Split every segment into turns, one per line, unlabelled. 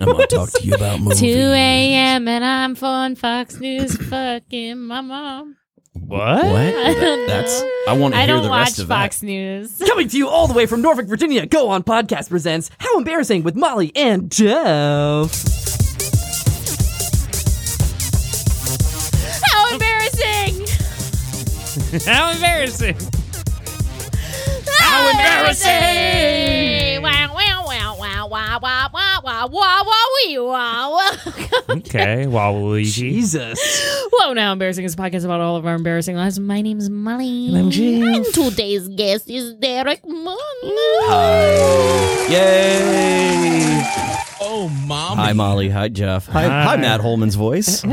I want to talk to you about movies.
2 a.m. and I'm on Fox News fucking my mom.
What?
What?
I don't
That's.
know.
I want to
I
hear
don't
the
watch
rest of
Fox News.
Coming to you all the way from Norfolk, Virginia, Go On Podcast presents How Embarrassing with Molly and Jeff.
How embarrassing!
How embarrassing!
How
embarrassing!
Wow, wow, wow, wow, wow, wow, wow, wow, wow, wow, wee, wow, wow.
Okay, Waluigi.
Jesus.
Whoa, now embarrassing is a podcast about all of our embarrassing lives. My name's Molly. And I'm today's guest is Derek Moon.
that. Yay!
Oh, mom.
Hi, Molly. Hi, Jeff. Hi, hi.
Hi.
Matt Holman's voice.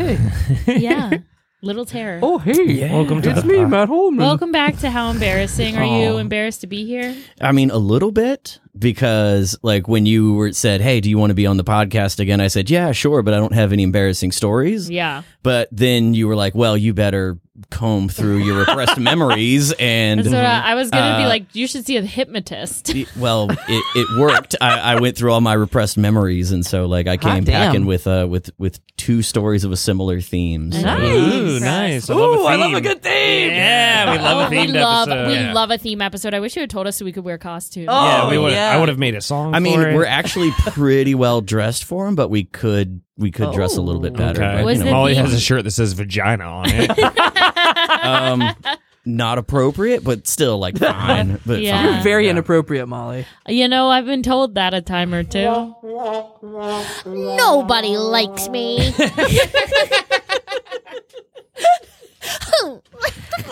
Yeah. Little Terror.
Oh, hey.
Welcome to
It's
the
me,
pod.
Matt Holman.
Welcome back to How Embarrassing. Are you
Aw.
embarrassed to be here?
I mean, a little bit because, like, when you were said, "Hey, do you want to be on the podcast again?" I said, "Yeah, sure," but I don't have any embarrassing stories.
Yeah.
But then you were like, "Well, you better comb through your repressed memories," and
That's what I, I was going to be
Uh,
like, you should see a hypnotist.
Y- well, it, it worked. I, I went through all my repressed memories, and so like I
Hot
came
damn.
packing with uh with with two stories of a similar theme. So-
Nice.
Ooh, nice. I love a
Ooh, I love a
theme.
good theme.
Yeah, we love a
Oh, we
themed
love
episode.
we
yeah.
love a theme episode. I wish you had told us so we could wear costumes.
Oh,
Yeah, we would.
yeah.
I would have made a song.
I mean,
for it.
we're actually pretty well dressed for them, but we could we could dress a little bit better.
Okay.
But,
Oh. Was
you know,
it
Molly
the-
has a shirt that says vagina on it.
um, not appropriate, but still like fine. But
Yeah.
fine.
You're very inappropriate, Molly.
You know, I've been told that a time or two.
Nobody likes me.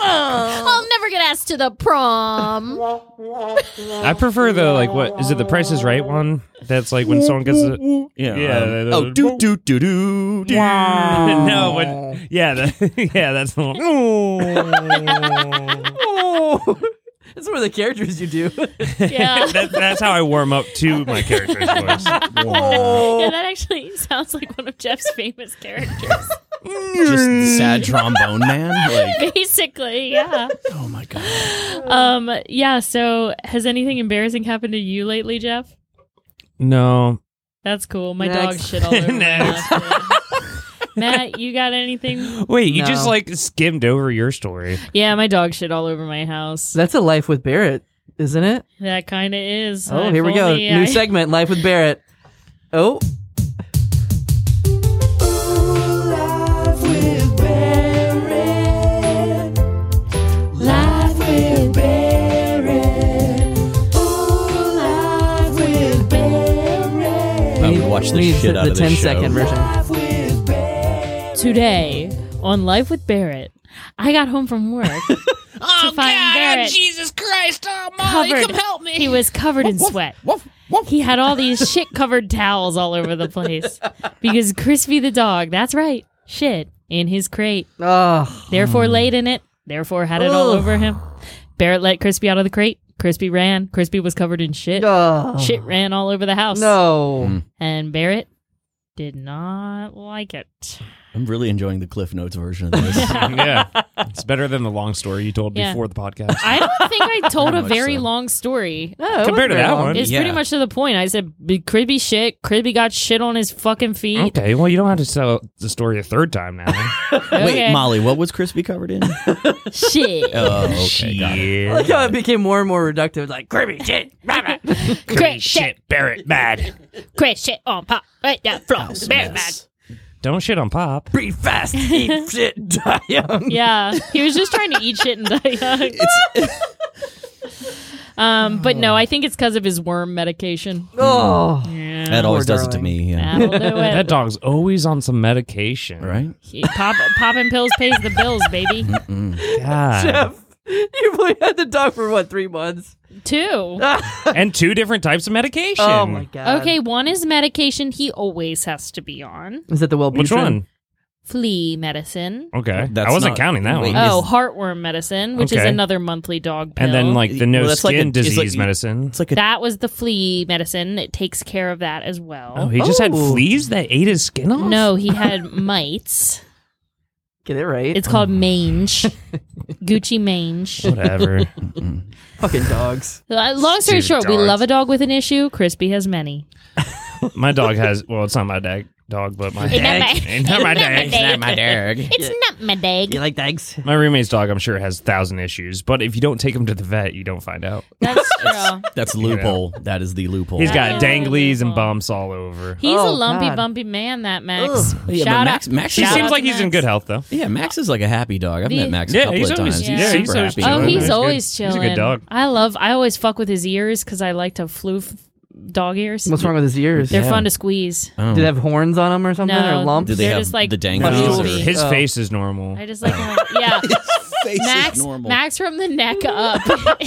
I'll never get asked to the prom.
I prefer the like what is it the Price is Right one? That's like when someone gets a,
yeah.
Yeah,
um,
that- that-
oh, do do do do. do.
no, when, yeah, the, yeah, that's the one.
Oh, that's one of the characters you do.
Yeah.
That, that's how I warm up to my character's voice.
yeah,
Oh,
that actually sounds like one of Jeff's famous characters.
Just the sad trombone man. Like,
Basically, yeah.
oh my god.
Um, yeah, so has anything embarrassing happened to you lately, Jeff?
No,
That's cool. My
Next.
dog shit all over. my
Next.
outfit. Matt, you got anything?
wait, you just
No.
like skimmed over your story.
Yeah, my dog shit all over my house.
that's a life with Barrett, isn't it?
That kind of is.
Oh,
If
here we go.
only
New
I-
segment, Life with Barrett. Oh.
I would watch the
We need
shit out
the
of this show.
10 second version.
Today on Life with Barrett, I got home from work to find Barrett
Jesus Christ, oh,
covered. He was covered in sweat. He had all these shit covered towels all over the place because Crispy the dog, that's right, shit in his crate,
Oh,
therefore laid in it, therefore had it all
Ugh.
over him. Barrett let Crispy out of the crate. Crispy ran. Crispy was covered in shit.
oh.
Shit ran all over the house.
No.
Hmm.
And Barrett did not like it.
I'm really enjoying the Cliff Notes version of this.
Um, yeah, it's better than the long story you told
Yeah.
before the podcast.
I don't think I told a
much
very
so.
long story.
No, Oh, it wasn't
Compared to
very
that
long.
one.
It's
Yeah.
pretty much to the point. I said "B- Cribby shit. Cribby got shit on his fucking feet.
Okay, well, you don't have to tell the story a third time now.
Wait, Molly, what was Crispy covered in?
shit.
Oh, okay, got it.
I
yeah.
like how it became more and more reductive. Like, Kirby, shit. rah, rah."
Cribby shit.
shit, Barrett, bad.
Cribby shit on pop. Right down floor. Very
Yes.
Don't shit on Pop.
Breathe fast, eat shit, die young.
bad. Yeah, he was just trying to eat shit and die young. um, but
Oh.
no, I think it's because of his worm medication.
Oh.
Yeah,
That always
Poor
does it to
darling.
me. Yeah.
that'll do
That
it.
dog's always on some medication,
Right?
He- Pop, popping pills pays the bills, baby.
God.
Jeff, you've only had the dog for what, three months?
Two.
and two different types of medication.
Oh my god.
Okay, one is medication he always has to be on.
Is that the well
Which one?
Flea medicine.
Okay,
That's
I wasn't
not-
counting that
wait.
one.
Oh, heartworm medicine, which is
Okay.
another monthly dog pill.
and then like the no
Well, that's like
skin
a- it's
disease
like you-
medicine.
It's like a
that was the flea medicine. It takes care of that as well.
Oh, he just had
Oh.
fleas that ate his skin off.
no, he had mites.
Get it right.
Oh.
It's called mange. Gucci mange.
whatever.
fucking dogs.
Uh, Long story
Stupid
short, we
dogs.
love a dog with an issue. Crispy has many.
my dog has. Well, it's not my dag, dog, but my
It's not my-
It's
it's not
not my
my
dag.
dag.
my dag.
It's not my dag.
You like eggs?
My roommate's dog, I'm sure, has thousand issues. But if you don't take him to the vet, you don't find out.
That's true.
That's loophole. That is the loophole.
He's
Yeah.
got danglies
Beautiful.
and bumps all over. He,
He's a
Oh,
lumpy,
God.
bumpy man, that Max.
Ugh.
Yeah,
Shout
but Max-
out.
Max
shout
is-
out
He
seems
to
like he's in
Max.
good health though.
yeah, Max is like a happy dog. I've
The-
met Max a
Yeah,
couple
he's
of
always-
times.
yeah,
super
he's
always
happy.
Oh,
chilling.
he's
He's good.
always
He's a good
chilling.
dog.
I love. I always fuck with his ears because I like to floof dog ears.
What's wrong with his ears?
They're
Do
fun to squeeze.
Oh.
they have horns on them or something?
No.
Or lumps?
Do they
They're
have
just like
the
No.
dangles?
fluffy.
or-
His
Oh.
face is normal.
I just like how, yeah.
Face is
Max,
normal.
Max from the neck up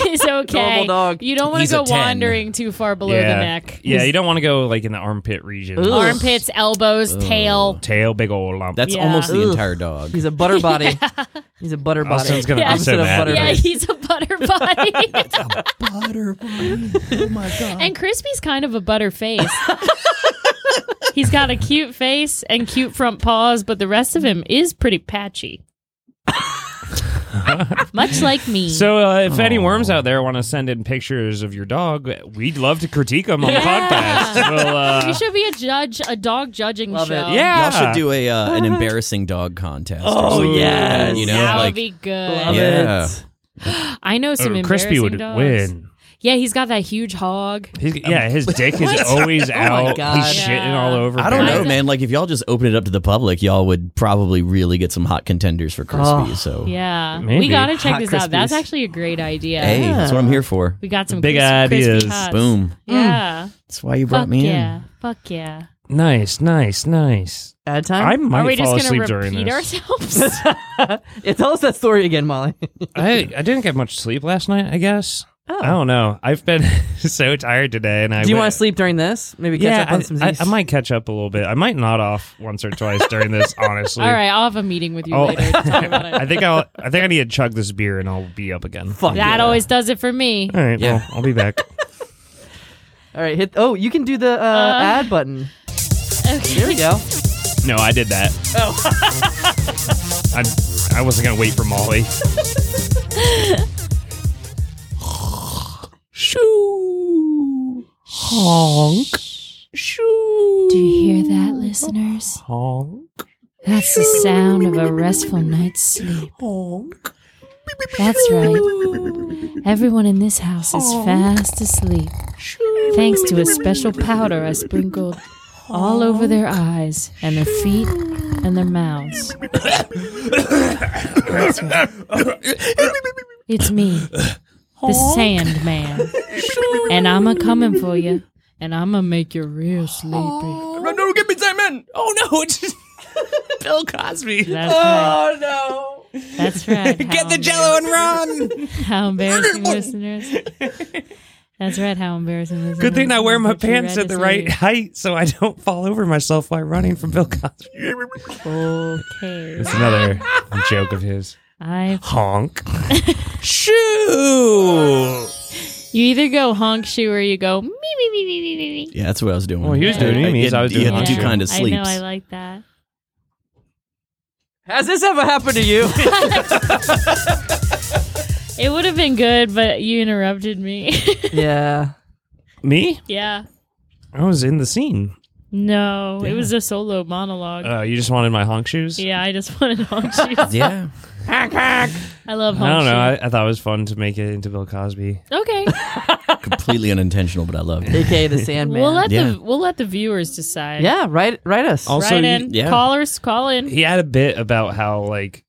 is okay.
Normal dog.
You don't want
He's
to
a
go
10.
wandering too far below
yeah,
the neck.
yeah. You don't want to go like in the armpit region.
Ugh.
Armpits, elbows, tail.
Tail, big old lump.
That's
Yeah.
almost the
Ugh.
entire dog.
He's a butter body. He's a butter body.
Austin's gonna
be
Opposite
so
of
mad.
butter
Yeah,
body.
he's a butter body.
Butterball. Oh my god.
and Crispy's kind of a butter face. he's got a cute face and cute front paws, but the rest of him is pretty patchy. Much like me.
So uh, if any worms out there want to send in pictures of your dog, we'd love to critique them on
Yeah.
the podcast. We'll, uh,
we should be a judge, a dog judging
Love it.
show.
yeah,
Y'all should do a uh, an embarrassing dog contest. or
Oh,
something like
yes.
that, you know,
that
like
would be good.
Love
Yeah.
it.
I know some
Uh,
embarrassing
Crispy would
dogs.
win.
Yeah, he's got that huge hog.
He's,
Um,
yeah, his dick is always out.
God.
He's shitting
Yeah.
all over.
Oh I don't
I
know,
don't-
man. Like if y'all just open it up to the public, y'all would probably really get some hot contenders for crispy.
Oh,
so
Yeah, we
Maybe.
gotta check
Hot
this out. That's
Crispies.
actually a great idea.
hey, that's what I'm here for.
We got some
Big
crisp-
ideas.
Crispy hots.
Boom.
Yeah.
That's why you brought
Fuck
me
yeah. Fuck yeah.
Nice, nice, nice.
Ad
I
time?
might
Are we
fall
just gonna
asleep during
repeat
this.
ourselves?
yeah, tell us that story again, Molly.
I I didn't get much sleep last night. I guess.
Oh.
I don't know. I've been so tired today, and I
Do you
went-
want to sleep during this? Maybe catch
Yeah,
up on
I-
some
I,
Z's.
I might catch up a little bit. I might nod off once or twice during this. Honestly,
All right, I'll have a meeting with you
Oh.
later. to talk about
I
it.
think I'll. I think I need to chug this beer, and I'll be up again.
Fuck
That
yeah.
always does it for me.
All right.
Yeah.
Well, I'll be back.
All right, hit. Oh, you can do the uh, ad button. There we go.
No, I did that. Oh. I, I wasn't going to wait for Molly. Shoo. Honk. Shoo.
Do you hear that, listeners?
Honk.
That's the sound of a restful night's sleep.
Honk.
That's right. Everyone in this house is fast asleep, thanks to a special powder I sprinkled all over their eyes and their feet and their mouths. That's right. It's me, the Sandman, and I'm a coming for you, and I'm a make you real sleepy.
No, no, get me Sandman! Oh no, it's just Bill Cosby.
That's right.
no.
That's right.
Get the jello and run!
How embarrassing, listeners. That's right. How embarrassing, listeners.
Good thing I wear my
What you
pants
read
at the
is
right height so I don't fall over myself while running from Bill Cosby.
Okay.
It's another joke of his.
I.
Honk. Shoo.
You either go honk shoe or you go me me me me me me. me.
in. Yeah, that's what I was doing.
Well, he was doing
I,
memes,
get-
I was
you
doing
have two
Yeah.
kind of sleeps.
I know. I like that.
Has this ever happened to you?
It would have been good, but you interrupted me.
yeah.
Me?
yeah.
I was in the scene.
No, it was a solo monologue.
Uh, you just wanted my honk shoes?
yeah, I just wanted honk shoes.
yeah.
I love honk
I don't know.
shoes.
I, I thought it was fun to make it into Bill Cosby.
Okay.
Completely unintentional, but I love it.
AKA the Sandman.
We'll let
Yeah.
the we'll let the viewers decide.
yeah, write write us.
Also,
Right
you-
in.
yeah.
Callers, call in.
He had a bit about how like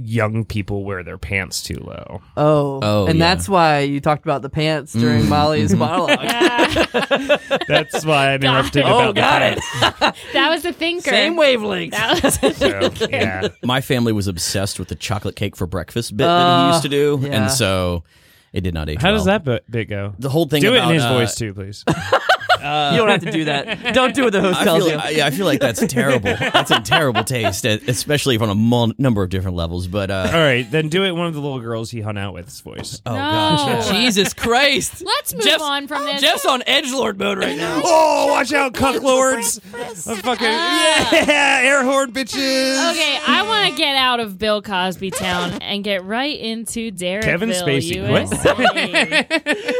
young people wear their pants too low.
Oh,
Oh,
and
yeah.
that's why you talked about the pants during
Mm,
Molly's monologue.
That's why I interrupted
Oh,
about
got
the
That was the thinker.
Same wavelength.
That was
pants. So, yeah.
My family was obsessed with the chocolate cake for breakfast bit that
Uh,
he used to do,
yeah.
and so it did not age.
How does
well.
that bit, bit go?
The whole thing
Do it
about
in his
uh,
voice too, please.
you don't have to do that. Don't do what the host
I
tells
feel,
you.
I, yeah, I feel like that's terrible. That's in terrible taste, e- especially on a mul- number of different levels. But uh,
All right, then do it one of the little girls he hung out with's voice.
oh
no.
gosh,
Jesus Christ.
Let's move
Jeff's-
on from this.
Jeff's on edgelord mode right now.
Oh, watch out, cuck lords! A fucking
Ah.
yeah, air horn bitches.
Okay, I want to get out of Bill Cosby town and get right into Derek.
Kevin Spacey. What?
USA.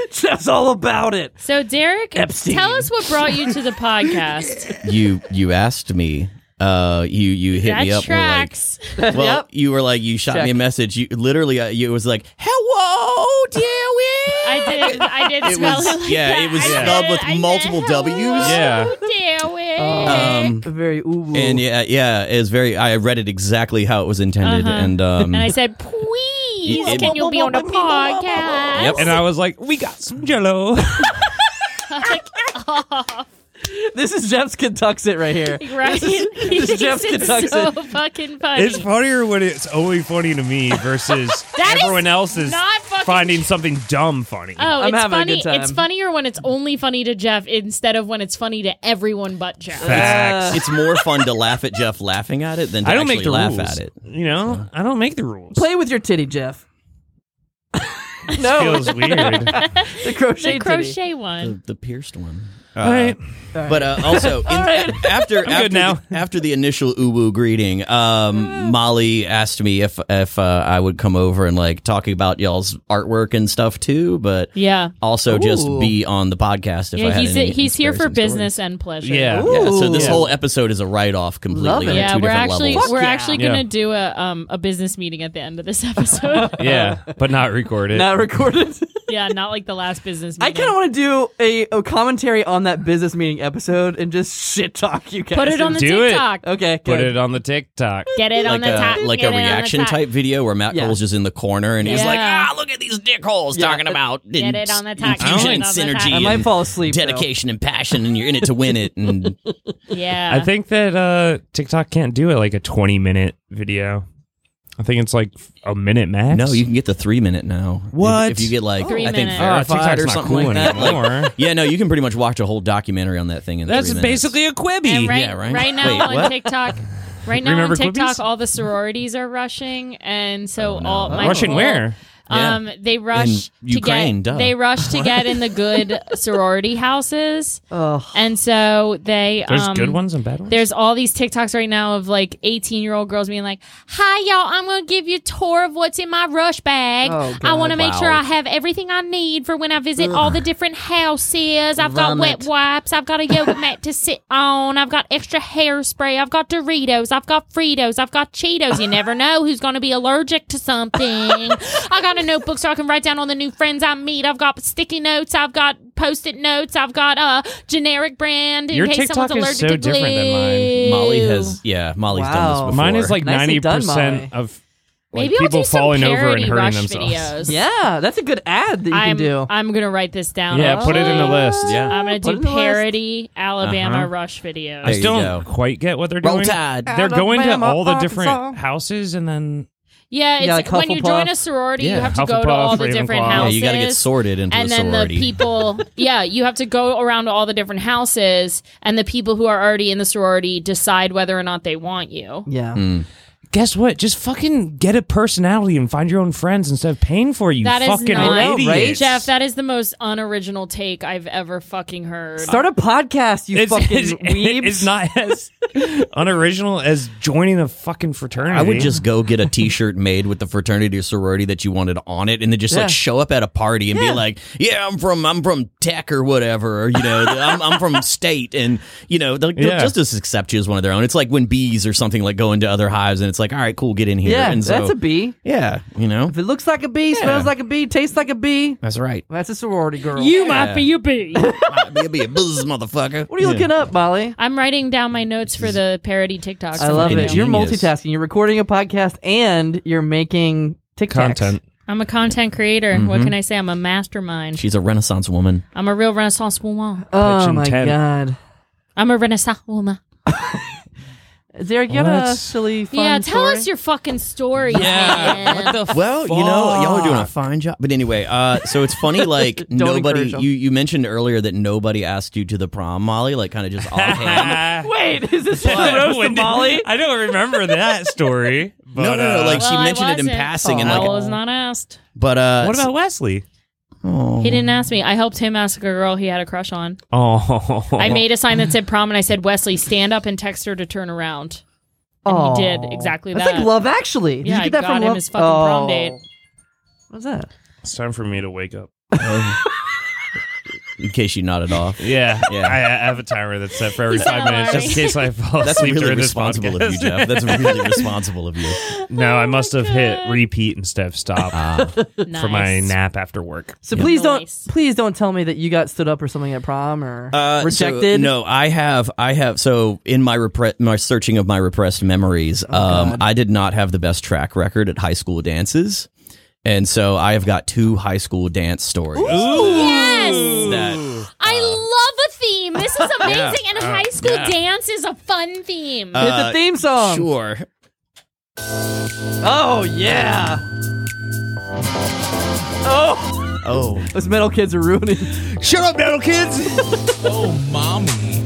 Jeff's all about it.
so Derek,
Epstein.
tell tell us what brought you to the podcast.
you you asked me. Uh, you you hit me
that
up. we're like,
tracks.
well,
Yep.
you were like, you shot me a
Check.
message. You literally, uh, you, it was like, hello, Dewey.
I did. I did
It
spell
was,
it like
yeah,
that.
it was
I
Yeah.
spelled
did,
with
I did.
multiple
Hello,
W's.
Yeah.
Dewick.
Um,
Very ooh.
and yeah, yeah, it's very. I read it exactly how it was intended,
Uh-huh.
and um,
and I said, "Please,
It-
can you be on a podcast?"
Yep.
And I was like, we got some jello.
This is Jeff's Kentuxet right here.
Right? He
this is
thinks
Jeff
it's so
Kentuxet.
fucking funny.
it's funnier when it's only funny to me versus
That is
everyone else is
not fucking-
finding something dumb funny.
Oh,
I'm
it's
having a
funny.
good time.
It's funnier when it's only funny to Jeff instead of when it's funny to everyone but Jeff. Uh,
Facts.
it's more fun to laugh at Jeff laughing at it than to
I don't
actually
make the
laugh
rules.
at it.
You know, I don't make the rules.
Play with your titty, Jeff. no,
feels weird.
the crochet
the
titty.
crochet one.
The, the pierced one.
All right.
But uh, also, in, after after,
good now.
The, after the initial uwu greeting, um, Molly asked me if if uh, I would come over and like talk about y'all's artwork and stuff too, but
Yeah.
also just
Ooh.
be on the podcast. If I
Yeah,
had
he's
any
he's here for
inspiration stories.
business and pleasure.
Yeah.
Yeah, so this
Ooh.
whole episode is a write off
Love
completely.
it.
on
Yeah,
2
we're
different
actually
levels.
we're
yeah.
actually gonna
Yeah.
do a um a business meeting at the end of this episode.
Yeah, but not record it.
Not recorded.
yeah, not like the last business meeting.
I kind of want to do a, a commentary on that business meeting episode and just shit talk you guys.
put it on the
Do it.
TikTok.
Okay,
Put
good.
it on the TikTok.
Get it on
like
the top.
a, like a
Get it on the
reaction
top.
type video where Matt
Yeah.
Cole's just in the corner and he's
Yeah.
like, ah, look at these dick holes
Yeah.
talking about
Get
in-
it on the top.
infusion and
Get it on the
synergy
top.
I might
and
fall asleep. though.
dedication and passion and you're in it to win it. And
Yeah.
I think that uh, TikTok can't do it like a 20 minute video. I think it's like a minute max.
no, you can get the three minute now. If-
What?
If, you get like
Three
I think
minute.
Ah,
verified
TikTok's
or
not
something
cool
like that. Like,
anymore.
yeah, no, you can pretty much watch a whole documentary on that thing in
That's
three minutes.
basically a
And
Quibi.
right,
Yeah, right?
right now
Wait,
on
what?
TikTok, right now
Remember
on TikTok,
Quibbies?
all the sororities are rushing, and so
Oh, no.
all my
Russian
whole-
where?
Yeah.
Um, they rush
In
to
Ukraine,
get
duh.
they rush to get in the good sorority houses,
Ugh.
and so they
There's
um,
good ones and bad ones.
There's all these TikToks right now of like 18 year old girls being like, "Hi y'all, I'm gonna give you a tour of what's in my rush bag.
Oh,
I want to
God.
make sure
Wow.
I have everything I need for when I visit all the different houses. I've got wet
Vomit.
wipes. I've got a yoga mat to sit on. I've got extra hairspray. I've got Doritos. I've got Fritos. I've got Cheetos. You never know who's gonna be allergic to something. I got a notebook so I can write down all the new friends I meet. I've got sticky notes. I've got post-it notes. I've got a generic brand in
Your
case
TikTok
someone's allergic
is so
to
different than mine.
glue.
Molly has yeah, Molly's done this
Wow.
before.
Mine is like
Nicely
90%
done, Molly.
of like,
Maybe I'll
people
do some
falling over and
parody
hurting
Rush
themselves.
Videos.
Yeah, that's a good ad that you
I'm,
can do.
I'm gonna write this down.
Yeah, put it in the list.
Yeah.
I'm gonna
Put it
do
in the list.
parody Alabama
Uh-huh.
Rush videos.
I
There you
still
go.
don't quite get what they're
Roll
doing.
Tide.
They're going to
Alabama,
all the
Arkansas.
different houses and then
yeah, it's
Yeah, like
when you join
Hufflepuff.
a sorority, you
Yeah,
have to go to
Hufflepuff,
all the different
Ravenclaw.
Yeah,
houses.
you got to get sorted into
and
the
then
sorority.
the people, yeah, you have to go around to all the different houses, and the people who are already in the sorority decide whether or not they want you.
yeah.
Hmm. guess what? Just fucking get a personality and find your own friends instead of paying for it, you.
That is
fucking
not
idiots.
right?
Jeff, that is the most unoriginal take I've ever fucking heard.
Start a podcast, you
it's,
fucking
it's,
weebs.
it's not as unoriginal as joining a fucking fraternity.
I would just go get a T-shirt made with the fraternity or sorority that you wanted on it, and then just
Yeah.
like show up at a party and be like, "Yeah, I'm from I'm from Tech or whatever, or, you know, I'm, I'm from State," and you know, they'll, they'll
Yeah.
just just accept you as one of their own. It's like when bees or something like go into other hives, and it's like, "All right, cool, get in here."
yeah,
and so,
that's a bee.
yeah, you know,
If it looks like a bee, smells like a bee, tastes like a bee,
that's right.
that's a sorority girl.
you might be a bee.
Might be a bee, a buzz, motherfucker.
what are you looking up, Molly?
I'm writing down my notes for the parody TikTok.
I love
fucking
it. You're
genius.
multitasking. You're recording a podcast and you're making TikToks.
content.
I'm a content creator.
Mm-hmm.
What can I say? I'm a mastermind.
She's a Renaissance woman.
I'm a real Renaissance woman.
Oh
Pitching
my
tent.
god,
I'm a Renaissance woman.
Derek, you
Well,
got a
that's-
silly fun
Yeah, tell
story?
us your fucking story. man.
Well, you know, y'all are doing a fine job. But anyway, uh, so it's funny, like nobody.
encourage 'em.
You you mentioned earlier that nobody asked you to the prom, Molly. Like, kind of just offhand.
Wait, is this the roast of
When did-
Molly?
I don't remember that story. But,
no, no, no.
uh,
Like she
Well, I
mentioned it in
wasn't.
passing, and
I
like,
was not asked.
but uh,
what about Wesley?
Oh.
He didn't ask me. I helped him ask a girl he had a crush on.
Oh,
I made a sign that said prom, and I said, "Wesley, stand up and text her to turn around." And
Oh,
he did exactly
That's
that.
like Love Actually. Did
Yeah,
you
I
get that
got
from
him
Love?
his fucking prom date.
What's that?
It's time for me to wake up.
um, in case you nodded off.
Yeah,
Yeah.
I, I have a timer that's set for every
He's
five
not
minutes, just in
alarming.
case I fall
That's
asleep
really
during this
responsible
podcast.
of you, Jeff. That's really responsible of you.
no, I must have hit
God.
repeat instead of stop
nice.
for my nap after work.
So please don't
Nice.
please don't tell me that you got stood up or something at prom or
Uh, so,
rejected.
no, I have, I have. So in my repre- my searching of my repressed memories,
Oh,
um, I did not have the best track record at high school dances, and so I have got two high school dance stories. uh,
Yes.
That,
I love a theme. This is amazing. And high school
Uh, yeah.
dance is a fun theme.
Uh,
Hit the theme
Um,
song.
sure.
Oh yeah. Oh,
Oh,
those metal kids are ruining.
shut up, metal kids.
Oh, mommy.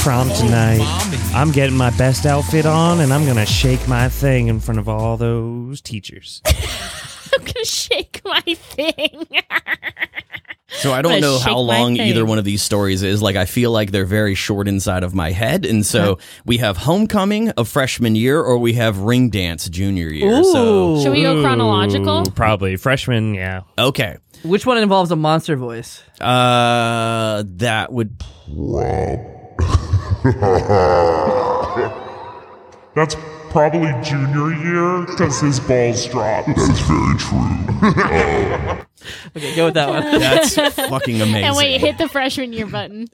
Prom tonight.
Mommy.
I'm getting my best outfit on, and I'm gonna shake my thing in front of all those teachers.
I'm going to shake my thing.
So I don't
Gonna
know
shake
how
my
long
thing.
either one of these stories is. Like I feel like they're very short inside of my head, and so we have homecoming of freshman year, or we have ring dance junior year. So
Ooh.
Should we go chronological?
Ooh, probably freshman. Yeah,
okay.
Which one involves a monster voice?
Uh, that would
That's probably junior year because his balls dropped.
Okay, go with that one.
that's fucking amazing.
And wait, hit the freshman year button.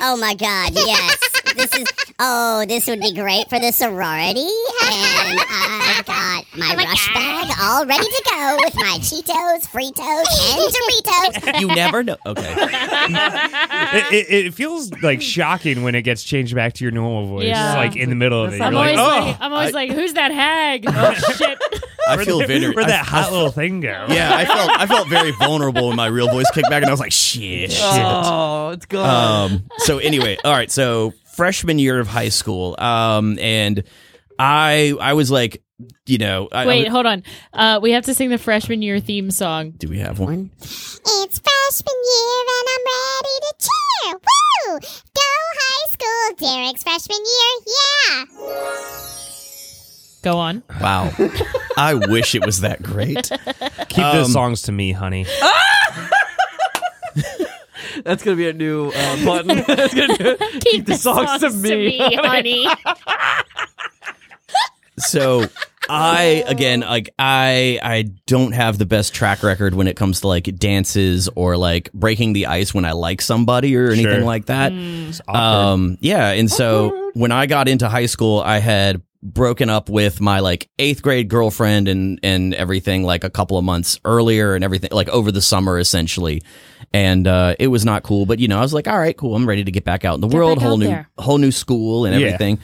Oh my god, yes. this is oh, this would be great for the sorority. And I've got Oh my, rush bag all ready to go with my Cheetos, Fritos, and Doritos.
you never know. Okay,
Uh-huh.
it, it, it feels like shocking when it gets changed back to your normal voice,
Yeah.
like in the middle of it. You're
I'm
like,
always,
oh,
like, I'm always like, who's that hag? Oh, shit.
I feel very.
where'd that
I-
hot little thing go?
yeah, I felt I felt very vulnerable when my real voice kicked back, and I was like, shit.
Oh, it's gone.
Um. So anyway, all right. So freshman year of high school. Um. And I I was like, you know, I, I
Wait,
was-
hold on. Uh, we have to sing the freshman year theme song.
do we have one?
It's freshman year and I'm ready to cheer. Woo! Go high school, Derek's freshman year. Yeah.
Go on.
Wow. I wish it was that great.
Keep
Um,
those songs to me, honey.
That's gonna be a new uh, button. That's gonna do- keep, the, songs, to me.
honey.
so I again like I I don't have the best track record when it comes to like dances or like breaking the ice when I like somebody or anything
Sure.
like that.
It's
Oh.
awkward.
Um yeah, and so when I got into high school I had broken up with my like 8th grade girlfriend and and everything like a couple of months earlier and everything like over the summer essentially. And uh, it was not cool, but you know, I was like, all right, cool. I'm ready to get back out in the world,
back
whole
out
new
there.
whole new school and
Yeah.
everything.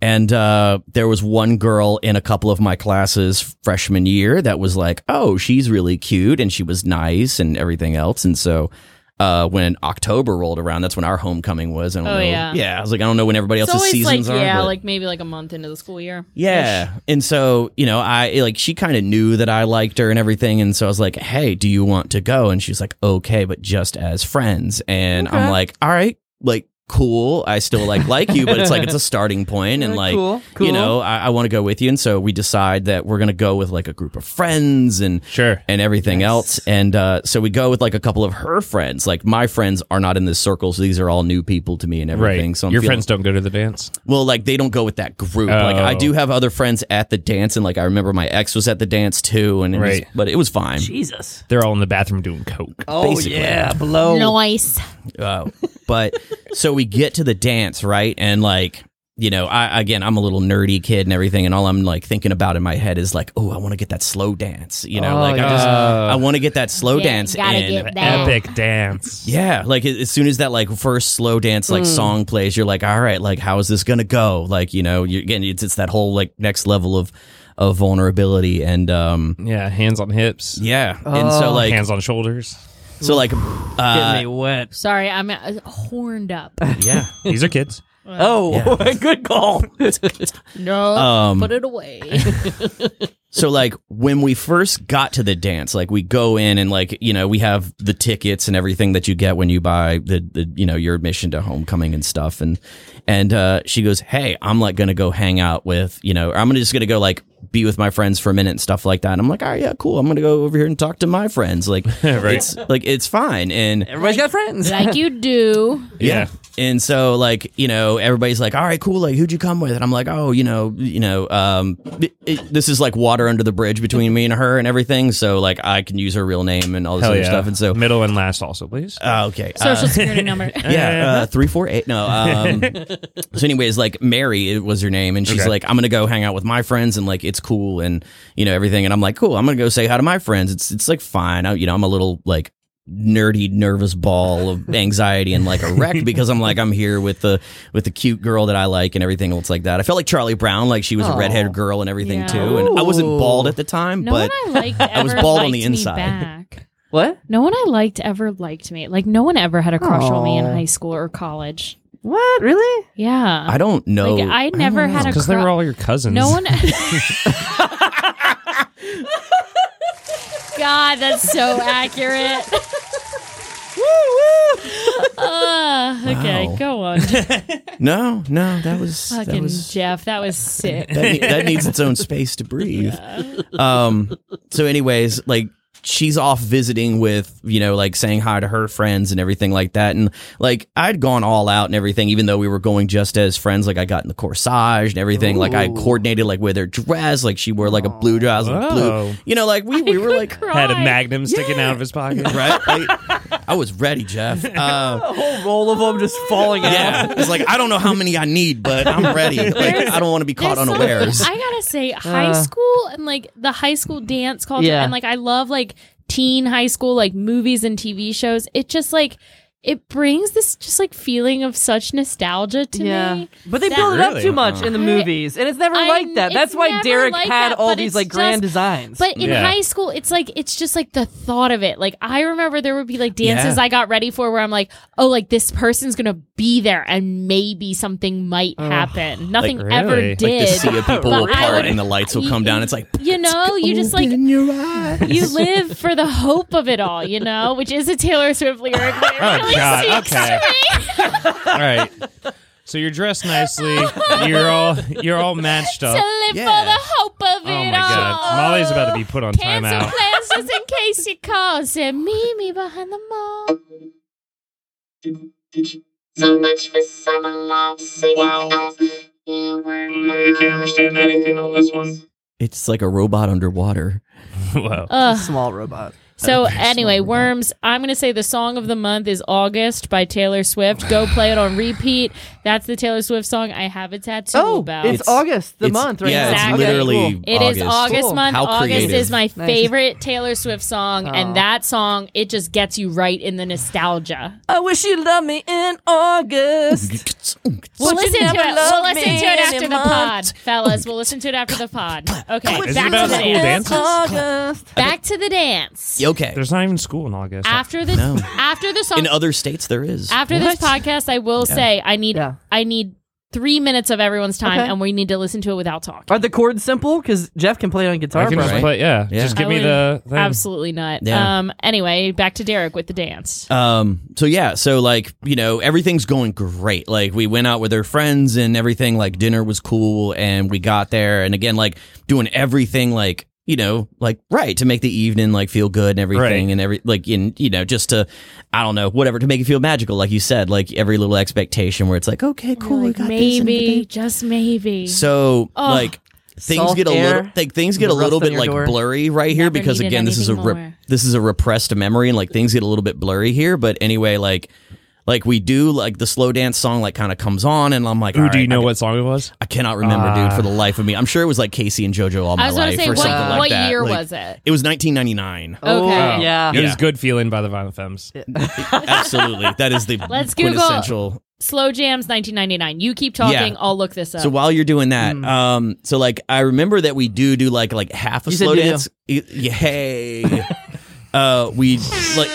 And uh, there was one girl in a couple of my classes freshman year that was like, oh, she's really cute and she was nice and everything else. And so uh, when October rolled around, that's when our homecoming was. I don't
Oh,
know.
yeah.
I was like, I don't know when everybody
It's
else's
always like,
seasons are.
yeah,
but-
like maybe like a month into the school year.
yeah. And so, you know, I like she kind of knew that I liked her and everything. And so I was like, hey, do you want to go? And she's like, okay, but just as friends. And I'm like, all right, like, cool. I still like like you, but it's like it's a starting point
Oh,
and
Uh,
like
cool,
you
cool.
know, I, I want to go with you. And so we decide that we're gonna go with like a group of friends and
sure.
and everything else. And uh, so we go with like a couple of her friends. Like my friends are not in this circle, so these are all new people to me and everything.
Right.
So I'm
Your
feeling-
friends don't go to the dance.
well, like they don't go with that group. Like
Oh.
I do have other friends at the dance, and like I remember my ex was at the dance too, and it was-
Right.
but it was fine.
Jesus.
They're all in the bathroom doing coke.
Oh
Basically.
yeah, blow.
Oh.
Noise.
Uh, but so we get to the dance, right? And like, you know, I again, I'm a little nerdy kid and everything, and all I'm like thinking about in my head is like, oh, I want to get that slow dance. You know,
Oh,
like I just
yeah.
I want to get that slow
Yeah,
dance
gotta
in.
get that.
Epic dance.
Yeah, like a- as soon as that like first slow dance
Hmm.
like song plays, you're like, all right, like how is this gonna go? Like you know, you again, it's it's that whole like next level of of vulnerability and um
Yeah, hands on hips.
yeah, and so
Oh.
like
hands on shoulders.
so like
Getting
uh,
me wet.
Sorry, I'm uh, horned up.
yeah,
These are kids.
Oh, good call.
No,
Um,
put it away.
so like when we first got to the dance, like we go in and like you know we have the tickets and everything that you get when you buy the, the you know your admission to homecoming and stuff, and and uh, she goes, hey, I'm like gonna go hang out with you know I'm gonna just gonna go like be with my friends for a minute and stuff like that. And I'm like, all right, yeah, cool. I'm gonna go over here and talk to my friends. Like, it's like it's fine. And
Everybody's got friends.
Like you do.
Yeah.
and so like, you know, everybody's like, "All right, cool. Like, who'd you come with?" And I'm like, "Oh, you know, you know, um it- it- this is like water under the bridge between me and her and everything, so like I can use her real name and all this
Hell
other
yeah.
stuff." And so
middle and last also, please.
uh, okay. uh,
Social security number. Uh-huh.
yeah, uh, three four eight. No. Um, so, anyways, like Mary it was her name, and she's
Okay.
like, "I'm gonna go hang out with my friends, and like it's cool, and you know everything." And I'm like, "Cool, I'm gonna go say hi to my friends." It's it's like fine. I, you know, I'm a little like nerdy, nervous ball of anxiety and like a wreck because I'm like I'm here with the with the cute girl that I like and everything else like that. I felt like Charlie Brown, like she was a
Aw.
redheaded girl and everything
Yeah.
too, and I wasn't
Ooh.
bald at the time,
No
but
one I liked ever
was bald on
liked
the
me
inside.
back.
What?
No one I liked ever liked me. Like no one ever had a crush on me in
Aw.
high school or college.
What? Really?
Yeah.
I don't know.
Like I never had a
Because they
crush.
were Oh, all your cousins.
no one. God, that's so accurate. Uh, okay,
Wow.
go on,
no, no, that was that
fucking
was
Jeff. That was sick.
that, ne- that needs its own space to breathe. Um, so, anyways, like she's off visiting with you know like saying hi to her friends and everything like that and like i'd gone all out and everything even though we were going just as friends like i got in the corsage and everything like i
Ooh.
coordinated like with her dress like she wore like a blue dress and blue
Whoa.
you know like we, we were like
had a magnum sticking out of his pocket.
right I, I was ready jeff um,
A whole roll of them just falling out.
yeah it's like i don't know how many i need but i'm ready like
There's-
i don't want to be caught
There's something-
unawares
I gotta say, high
Uh.
school and like the high school dance culture,
Yeah.
and like I love like teen high school like movies and TV shows. It just like it brings this just like feeling of such nostalgia to me.
But they
That-
build it up
Really?
too much in the
I-
movies, and it's never
I-
like that.
it's
That's why
never
Derek
like
had
that,
all
but
these
it's
like grand
just-
designs.
But in
Yeah.
high school, it's like it's just like the thought of it. Like I remember there would be like dances
Yeah.
I got ready for where I'm like, oh, like this person's gonna be there and maybe something might happen. Nothing ever
really? Like the
did.
like the sea of people
But
will
I
part
would-
and the lights will come down. It's like
you know, you just like you live for the hope of it all, you know, which is a Taylor Swift lyric. But it
Oh,
really
God,
speaks
okay. Oh,
to me.
All right. So you're dressed nicely. You're all you're all matched
to
up.
live
yeah.
for the hope of
Oh
it
my
all.
god. Molly's about to be put on
Cancel
timeout.
plans just in case you call. Said Mimi behind the mall.
So much for summer love, singing wow. You were
I can't understand anything on this one.
it's like a robot underwater.
Whoa.
Ugh.
Small robot.
So anyway, Worms, I'm going to say the song of the month is August by Taylor Swift. Go play it on repeat. That's the Taylor Swift song I have a tattoo
Oh,
about.
it's,
It's-
August, the
It's-
month, right?
Yeah,
now.
Exactly.
it's literally
Cool.
It
August.
is August
Cool.
month.
How
August is
creative.
my
Nice. Oh.
favorite Taylor Swift song,
Aw.
and that song it just gets you right in the nostalgia.
I wish you loved me in August.
We'll
Would you
listen to it.
never
We'll
love
listen to
me
it after the
anymore?
pod, fellas. We'll listen to it after the pod. Okay,
Is it
back to
about
the
school
dance.
dances?
August.
Back to the dance.
Okay.
There's not even school in August.
After the
No.
after the song
In other states, there is.
After this podcast, I will say I need
Yeah.
I need three minutes of everyone's time,
Okay.
and we need to listen to it without talk.
Are the chords simple? Because Jeff can play on guitar.
I can just
Right.
probably.
play. Yeah,
Yeah.
just give
I
me
would-
the thing.
Absolutely not.
Yeah.
Um. Anyway, back to Derek with the dance.
Um. So yeah. So like you know everything's going great. Like we went out with her friends and everything. Like dinner was cool and we got there and again like doing everything like you know like right to make the evening like feel good and everything
Right.
and every like in you know just to I don't know whatever to make it feel magical like you said like every little expectation where it's like okay cool we got this and everything.
maybe, just maybe.
So
Ugh.
like things
Salt
get a
air,
little like things get a
rust
little
on
bit
your
like
door.
blurry right here
Never
because
needed
again this is a
anything
re-
more.
this is a repressed memory and like things get a little bit blurry here but anyway like like we do like the slow dance song like kind of comes on and I'm like
Ooh,
all
do you
right,
know
I,
what song it was?
I cannot remember dude
Ah.
for the life of me I'm sure it was like Casey and JoJo all my
I was
life
going to say,
or
what,
something like
what
that
year
Like,
was it?
it was 1999
Okay.
Oh, yeah.
It was
Yeah.
"Good Feeling" by the Violent Femmes.
absolutely that is the
Let's Google.
quintessential
Slow Jams, 1999. You keep talking.
Yeah.
I'll look this up.
So while you're doing that,
Mm.
um, so like I remember that we do do like like half a
You said
slow
do-do.
dance. Y- Yay! uh, we like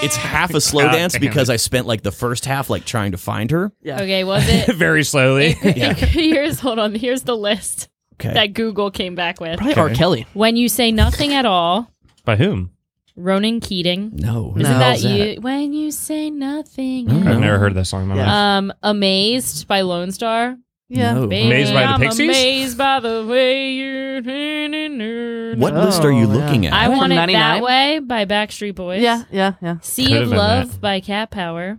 it's half a slow
God
dance
damn
because I spent like the first half like trying to find her.
okay, was it?
Very slowly.
here's hold on. Here's the list
Okay,
that Google came back with.
Probably R. Kelly.
When you say nothing at all,
by whom?
Ronan Keating.
no,
No.
Isn't that
How's that?
you? When you say nothing.
No.
at
I've never heard that song in my
Yeah.
life.
Um, Amazed by Lone Star.
Yeah.
No.
Baby,
Amazed by the
I'm
Pixies?
Amazed by the way you're.
What list are you
Oh,
looking
yeah.
at?
I
From
want it
99?
that way by Backstreet Boys.
Yeah, yeah, yeah.
Sea
Could've
of
been
Love
that.
by Cat Power.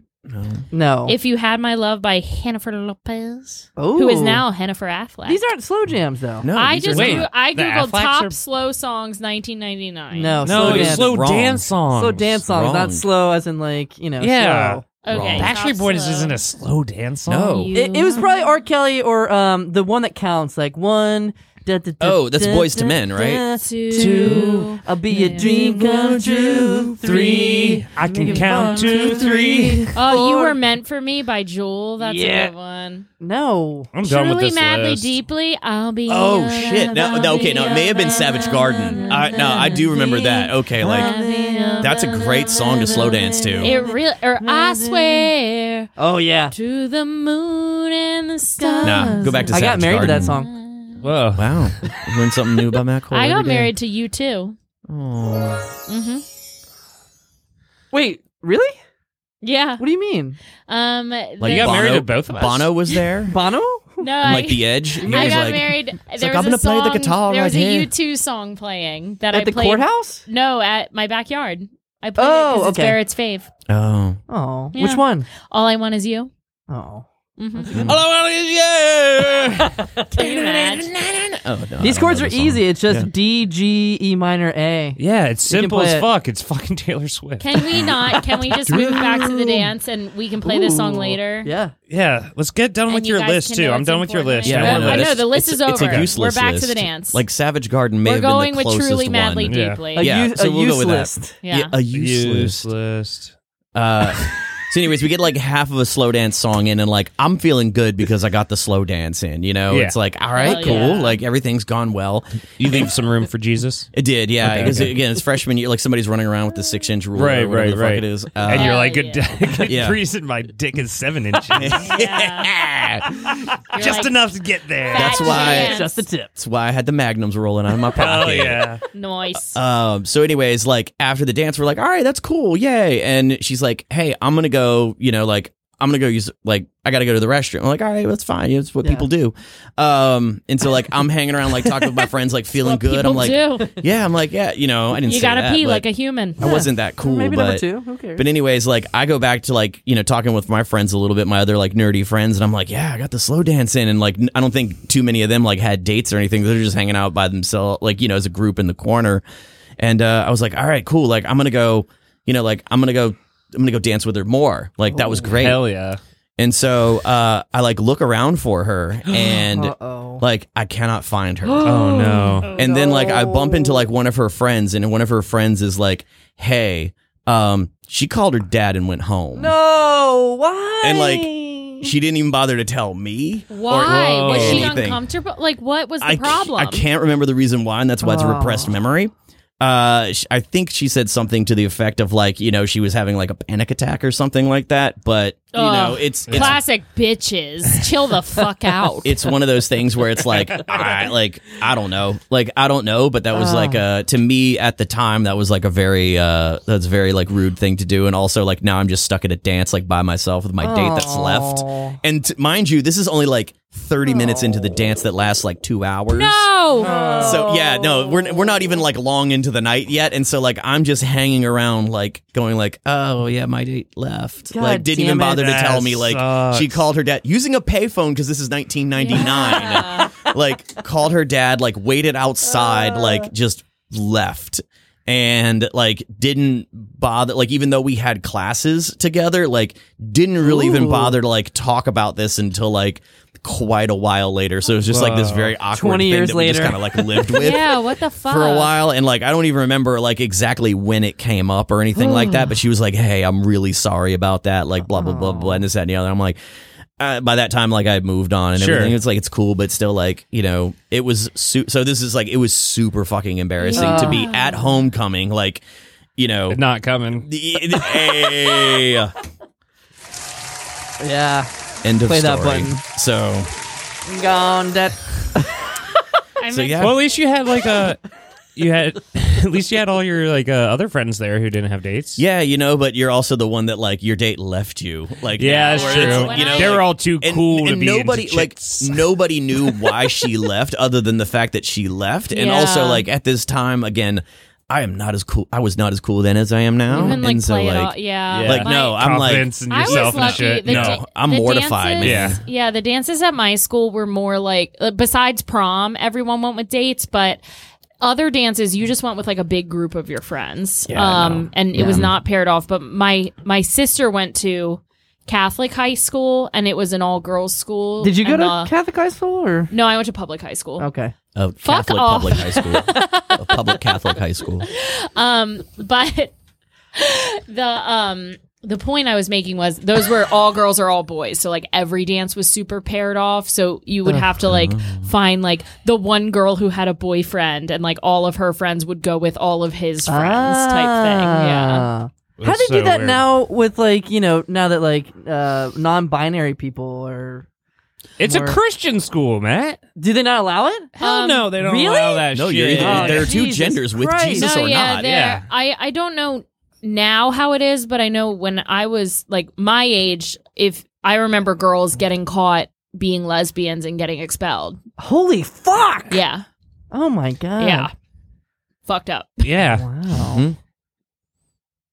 No.
If you had my love by Jennifer Lopez,
Ooh.
who is now Jennifer Affleck.
These aren't slow jams, though.
Oh,
no,
Uh, I
these
just
are
Wait,
goo- I
the
googled
Afflecks
top
are-
slow songs 1999.
No,
No,
slow
it's
dance.
slow
Wrong.
dance songs.
slow dance songs,
Wrong.
not slow as in like, you know,
Yeah.
slow.
Okay.
Wrong.
top
Backstreet Boys
slow.
isn't a slow dance song.
No.
You
It, it was
are-
probably R. Kelly or um the one that counts, like one. Da, da, da,
Oh, that's
da,
Boys to
da,
Men, right?
da,
Two.
Two. I'll be
Yeah.
a dream come true. Three.
I can
Make it one,
count two, three.
Oh, you
Four.
were meant for me by Jewel. That's
Yeah.
a good one.
No.
I'm done with
Truly,
this
madly,
list.
deeply, I'll be.
Oh
your
shit! No, no, okay, no, it may have been Savage Garden. I, no, I do remember that. Okay, like that's a great song to slow dance to.
It really, or I swear
Oh yeah.
to the moon and the stars.
Nah, go back to
I
Savage
got married to that
Garden.
song.
Whoa.
Wow, learn something new about Matt Cole.
I got
every day.
married to you too. Mm-hmm.
Wait, really?
Yeah.
What do you mean?
Um.
Like
the-
You got
Bono,
married to both of us.
Bono was there.
Bono?
No,
And,
I,
like the Edge. He
I
was
got
like,
married. There
like, I'm
was
gonna
a
play the
song-
guitar
There was
right
a
here.
U2 song playing that I
At the
played.
courthouse?
No, at my backyard. I played
Oh,
it 'cause it's
okay.
Barrett's fave.
Oh,
Oh,
Yeah.
which one?
All I want is you.
Oh.
hmm
oh no.
These chords are easy. It's just D, G, E minor, A.
Yeah, it's
You can
simple
play
as
it.
fuck. It's fucking Taylor Swift.
Can we not? Can we just move back to the dance and we can play this song
Ooh.
later?
Yeah.
yeah, let's get done
And
with
you
your
guys
list
can
too.
know
I'm
it's
done with your
important.
list.
Yeah,
I
know,
know,
that's-
the list
it's-
is over.
It's a useless
We're back
list.
to the dance.
Like Savage Garden may
We're
have
going
been the
with
closest
truly, madly,
one.
Yeah.
deeply.
A
Yeah,
use,
so
a
we'll
use
go with that.
list.
Yeah.
a useless.
Useless.
Uh, so, anyways, we get like half of a slow dance song in, and like I'm feeling good because I got the slow dance in. You know,
Yeah.
it's like all right,
Hell
cool,
yeah.
like everything's gone well.
You leave some room for Jesus,
It did, yeah.
Okay,
Because
okay.
again, it's freshman year. Like somebody's running around with the six inch ruler,
Right,
or whatever
right,
the
right.
Fuck it is, uh,
and you're like,
Hell
good,
yeah.
good
Yeah.
reason my dick is seven inches,
ah!
Yeah. You're
just
like,
enough to get there.
That's
That's why-
Yes.
Just the tip.
that's why I had the magnums rolling out of my pocket.
Oh yeah,
Nice.
Um, so anyways, like after the dance, we're like, all right, that's cool. Yay. And she's like, Hey, I'm going to go, you know, like, I'm gonna go use like I gotta go to the restroom. I'm like, all right, that's fine. It's what
Yeah.
people do. Um, and so like I'm hanging around, like talking with my friends, like feeling good.
People
I'm like,
do.
yeah, I'm like, yeah, you know, I didn't.
You
got
gotta
to
pee like a human.
I wasn't that cool.
Maybe
but,
number two. Who cares?
But anyways, like I go back to like you know talking with my friends a little bit, my other like nerdy friends, and I'm like, yeah, I got the slow dance in, and like n- I don't think too many of them like had dates or anything. They're just hanging out by themselves, like you know, as a group in the corner. And uh, I was like, all right, cool. Like I'm gonna go, you know, like I'm gonna go, I'm gonna go dance with her more. Like that was great.
hell yeah.
And so uh, I like look around for her, and
oh.
like I cannot find her
Oh no,
and then like I bump into like one of her friends, and one of her friends is like, "Hey, um, she called her dad and went home.
No, why?
And, like, She didn't even bother to tell me
Why
or
was she
anything.
uncomfortable? Like, what was the
I, c-
problem?
I can't remember the reason why, and that's why it's a
Oh.
repressed memory. Uh, sh- I think she said something to the effect of like, you know, she was having like a panic attack or something like that. But you
Ugh.
know, it's it's
Classic bitches. Chill the fuck out.
it's one of those things where it's like I like I don't know. Like I don't know, but that was like uh to me at the time that was like a very uh that's a very like rude thing to do and also like now I'm just stuck at a dance like by myself with my date that's
Aw.
left. And t- mind you, this is only like 30 minutes into the dance that lasts like 2 hours.
no.
Oh.
So yeah, no, we're we're not even like long into the night yet, and so like I'm just hanging around, like going like, oh yeah, my date left.
God
like didn't
damn
even
it.
bother to
That
tell me like she
sucks.
called her dad using a payphone because this is 1999. like called her dad, like waited outside, like just left. And like didn't bother like even though we had classes together, like didn't really even
Ooh.
bother to like talk about this until like quite a while later. So it was just like this
Wow.
very awkward
20
thing
years
that we just
later.
kind of like lived with
yeah. What the fuck?
for a while and like I don't even remember like exactly when it came up or anything like that. But she was like, "Hey, I'm really sorry about that." Like blah blah blah blah and this that and the other. I'm like. Uh, by that time, like I had moved on and
Sure.
everything, it's like it's cool, but still, like you know, it was su- so. This is like it was super fucking embarrassing to be at homecoming, like you know,
not coming.
hey,
Yeah.
end of
Play
story.
that button.
So,
Gone that.
I
so
mean,
yeah,
Well, at least uh, you had like a you had At least you had all your like uh, other friends there who didn't have dates.
Yeah, you know, but you're also the one that like your date left you. Like,
Yeah, that's
where
true.
it's, You know,
they
like-
were all too
and,
cool to
and
be
nobody
into
like
chicks.
nobody knew why she left other than the fact that she left and
Yeah.
also like at this time again i am not as cool i was not as cool then as i am now
Even like
and so
play it
like
off. Yeah.
like, no i'm like
confidence in
I was
yourself and
lucky.
shit.
The
No,
da-
I'm
the
mortified,
dances-
man.
Yeah. the dances at my school were more like uh, besides prom, everyone went with dates, but other dances you just went with like a big group of your friends. um and it was not paired off, but my my sister went to Catholic high school and it was an all girls school.
Did you go
and,
to
uh,
Catholic high school or?
No, I went to public high school.
Okay.
a
Fuck
catholic
off.
public high school a public catholic high school
Um, but the um the point I was making was those were all girls or all boys. So like every dance was super paired off. So you would have to like find like the one girl who had a boyfriend and like all of her friends would go with all of his friends type
Ah.
thing. Yeah.
That's
How do they
so
do that
weird.
now with like, you know, now that like uh non-binary people are
It's
More-
a Christian school, Matt.
Do they not allow it?
Hell no, they don't
really?
allow that
no you're
shit.
either,
Oh,
there are two
Jesus
genders with
Christ.
jesus
no,
or
yeah,
not
there-
yeah.
I I don't know now how it is, but I know when I was like my age, if I remember girls getting caught being lesbians and getting expelled.
Holy fuck!
Yeah.
Oh my god.
Yeah. Fucked up.
Oh, yeah.